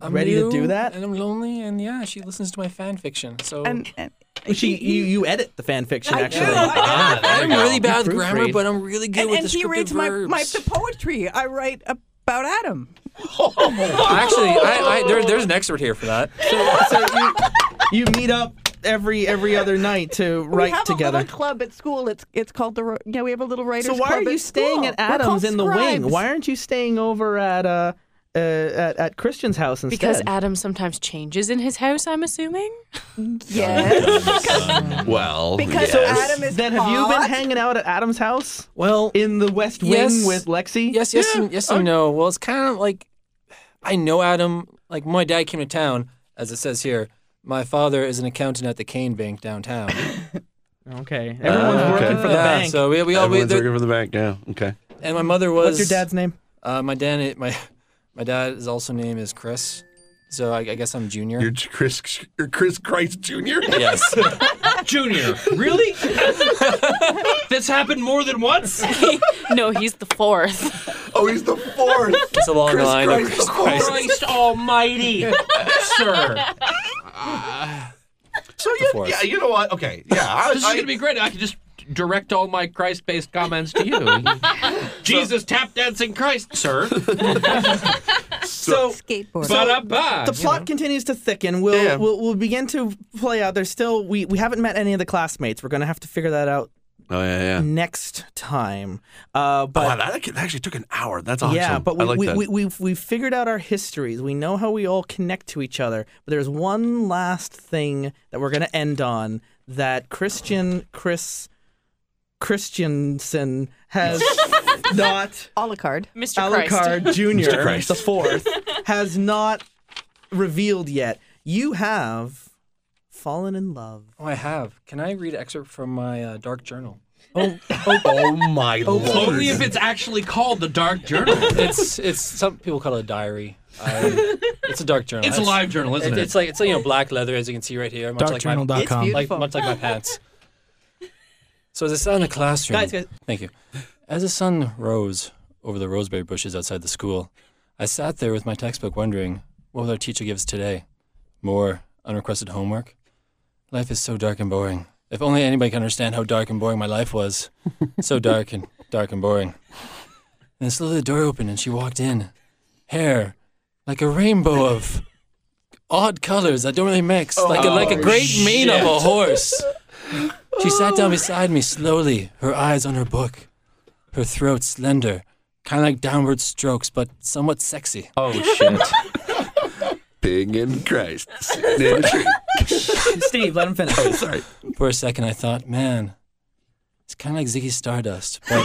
I'm
ready to
new,
do that.
And I'm lonely, and yeah, she listens to my fan fiction. So
And, and
She you, you edit the fan fiction
I do.
actually.
I- Ah,
I'm really bad with grammar,
proofread.
but I'm really good
and,
with
and he
descriptive
reads my,
verbs.
my the poetry I write about Adam.
Actually, I, I, there, there's an expert here for that.
so, so you, you meet up every every other night to
we
write
have a
together.
little club at school. It's it's called the Ro- yeah. We have a little writers.
So why
club
are you
at
staying
school.
at
We're
Adams
called
in the wing?
scribes.
Why aren't you staying over at uh, uh at, at Christian's house instead?
Because Adam sometimes changes in his house, I'm assuming.
Well,
Because
yes.
Adam is
Oh, then have you been
hot.
hanging out at Adam's house
Well,
in the West Wing
Yes.
with Lexi?
yes, yes, and, yes, and no. Well, it's kind of like I know Adam. Like my dad came to town, as it says here. My father is an accountant at the Kane Bank downtown.
Okay. Everyone's
Uh, okay.
working for the
yeah,
bank.
So we, we all we,
Everyone's working for the bank now. Okay.
and my mother was.
What's your dad's name?
Uh, my dad. My my dad's also name is Chris. So I, I guess I'm junior.
You're Chris, you're Chris Christ Jr.
yes.
Junior, really? That's happened more than once?
no, he's the fourth.
Oh, he's the fourth.
It's a long
Chris
line. of
Christ the
Christ.
Christ almighty, sir.
So yeah,
fourth.
yeah, you know what? Okay, yeah, I,
This is
I-
going to be great. I can just direct all my Christ-based comments to you. Jesus tap dancing Christ, sir.
So
skateboard?
Ba-da-ba.
the plot continues to thicken. We'll,
Uh, Yeah.
we'll we'll begin to play out. There's still we we haven't met any of the classmates. We're gonna have to figure that out
Oh yeah, yeah.
next time. Uh, but
Wow, that ac- that actually took an hour. That's awesome.
Yeah, but
I
we,
like
we,
that.
we, we've, we've figured out our histories. We know how we all connect to each other. But there's one last thing that we're going to end on that Christian Chris Christiansen has not,
a la carte.
Mr. Christ.
Alucard Jr.,
Mr. Christ.
the fourth, has not revealed yet. You have fallen in love.
Oh, I have. Can I read an excerpt from my uh, dark journal?
oh my lord!
Only if it's actually called the Dark Journal.
it's it's some people call it a diary. I, it's a dark journal.
It's a live journal, isn't
It-
it?
It's like it's like you know black leather, as you can see right here, much like my
It's
Darkjournal.com.
beautiful.
like much like my pants. So as the sun in the classroom,
Guys, guys.
thank you. As the sun rose over the roseberry bushes outside the school, I sat there with my textbook, wondering what will our teacher give us today? More unrequested homework. Life is so dark and boring. If only anybody could understand how dark and boring my life was. So dark and dark and boring. And slowly the door opened and she walked in. Hair like a rainbow of odd colors that don't really mix. like a, like a great mane of a horse. She sat down beside me slowly, her eyes on her book, her throat slender, kind of like downward strokes, but somewhat sexy.
Oh shit!
Ping and Christ. Sitting in a tree.
Steve, let him finish.
Oh,
Sorry.
For a second, I thought, man, it's kind of like Ziggy Stardust, but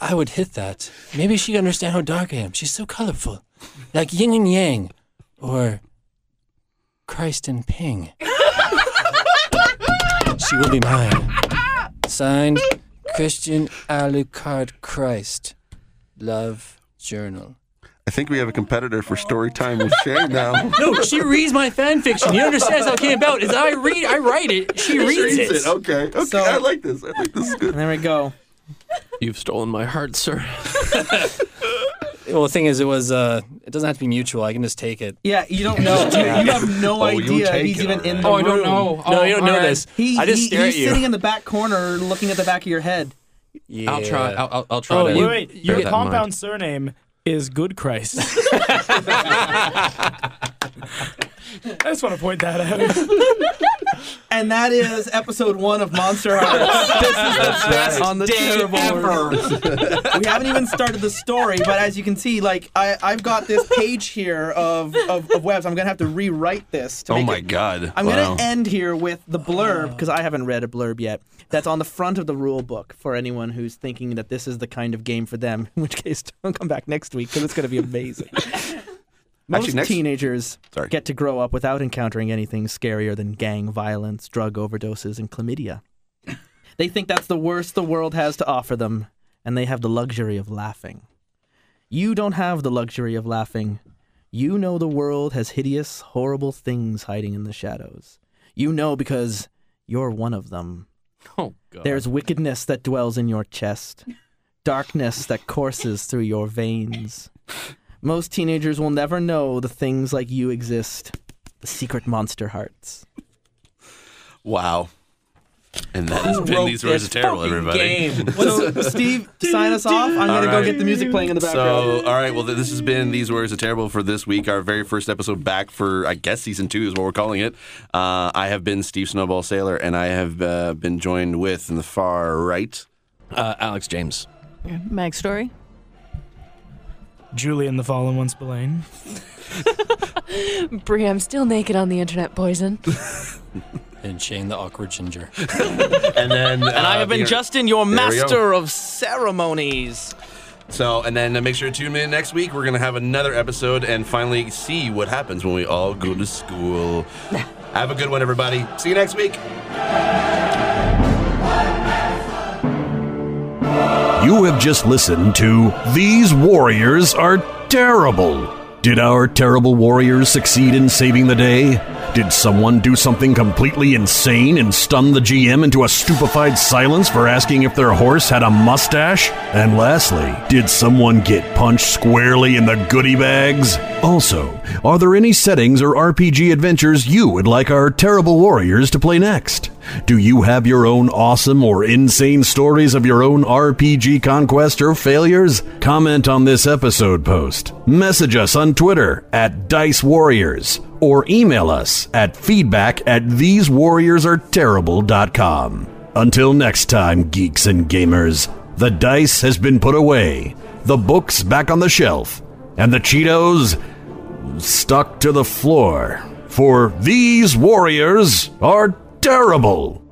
I would hit that. Maybe she'd understand how dark I am. She's so colorful, like yin and yang, or
Christ and Ping. she will be mine. Signed, Christian Alucard Christ. Love Journal.
I think we have a competitor for story time with Shay now.
No, she reads my fan fiction. You understand how it came about? Is I read, I write it. She reads, it.
Okay, okay. I like this. I like this is good.
There we go.
You've stolen my heart, sir.
Well, the thing is, it was. Uh, it doesn't have to be mutual. I can just take it.
Yeah, you don't know. Dude, you have no
Oh, you'll
idea
take
he's
it,
even
alright.
in the
Oh, I
room.
don't know. No, Oh, you don't know alright. this.
He,
I just
he-
stare
he's
at you.
sitting in the back corner, looking at the back of your head.
Yeah.
I'll try. I'll, I'll, I'll try.
Oh,
to
wait, wait.
bear
Your
that in mind.
compound surname is Good Christ. I just want to point that out.
And that is episode one of Monster Hearts. this is the best on the terrible ever. we haven't even started the story, but as you can see, like I, I've got this page here of, of, of webs. I'm gonna have to rewrite this. To
Oh
make
my
it,
god!
I'm
wow.
going to end here with the blurb
Oh.
because I haven't read a blurb yet. That's on the front of the rule book for anyone who's thinking that this is the kind of game for them. In which case, don't come back next week because it's going to be amazing. Most
Actually, next-
teenagers
Sorry.
get to grow up without encountering anything scarier than gang violence, drug overdoses, and chlamydia. They think that's the worst the world has to offer them, and they have the luxury of laughing. You don't have the luxury of laughing. You know the world has hideous, horrible things hiding in the shadows. You know because you're one of them.
Oh God.
There's wickedness that dwells in your chest, darkness that courses through your veins. Most teenagers will never know the things like you exist, the secret monster hearts.
Wow. And that has
Who
been
wrote
these words
this
are terrible,
fucking
everybody.
game? So, Steve, sign us off. I'm
All
gonna go
right.
get the music playing in the background.
So, uh, all right. Well, th- this has been These Words Are Terrible for this week. Our very first episode back for, I guess, season two is what we're calling it. Uh, I have been Steve Snowball Sailor, and I have uh, been joined with, in the far right,
uh, Alex James.
Mag story.
Julian the Fallen One Spillane.
Brie, I'm still naked on the internet, poison.
And Shane the awkward ginger.
and then uh,
And I have been
the-
Justin, your
There we go.
master of ceremonies.
So, and then uh, make sure to tune in next week. We're going to have another episode and finally see what happens when we all go to school. have a good one, everybody. See you next week.
You have just listened to These Warriors Are Terrible. Did our terrible warriors succeed in saving the day? Did someone do something completely insane and stun the GM into a stupefied silence for asking if their horse had a mustache? And lastly, did someone get punched squarely in the goodie bags? Also, are there any settings or RPG adventures you would like our terrible warriors to play next? Do you have your own awesome or insane stories of your own RPG conquest or failures? Comment on this episode post. Message us on Twitter at Dice Warriors or email us at feedback at thesewarriorsarterrible.com. Until next time, geeks and gamers, the dice has been put away, the books back on the shelf, and the Cheetos stuck to the floor. For these warriors are terrible.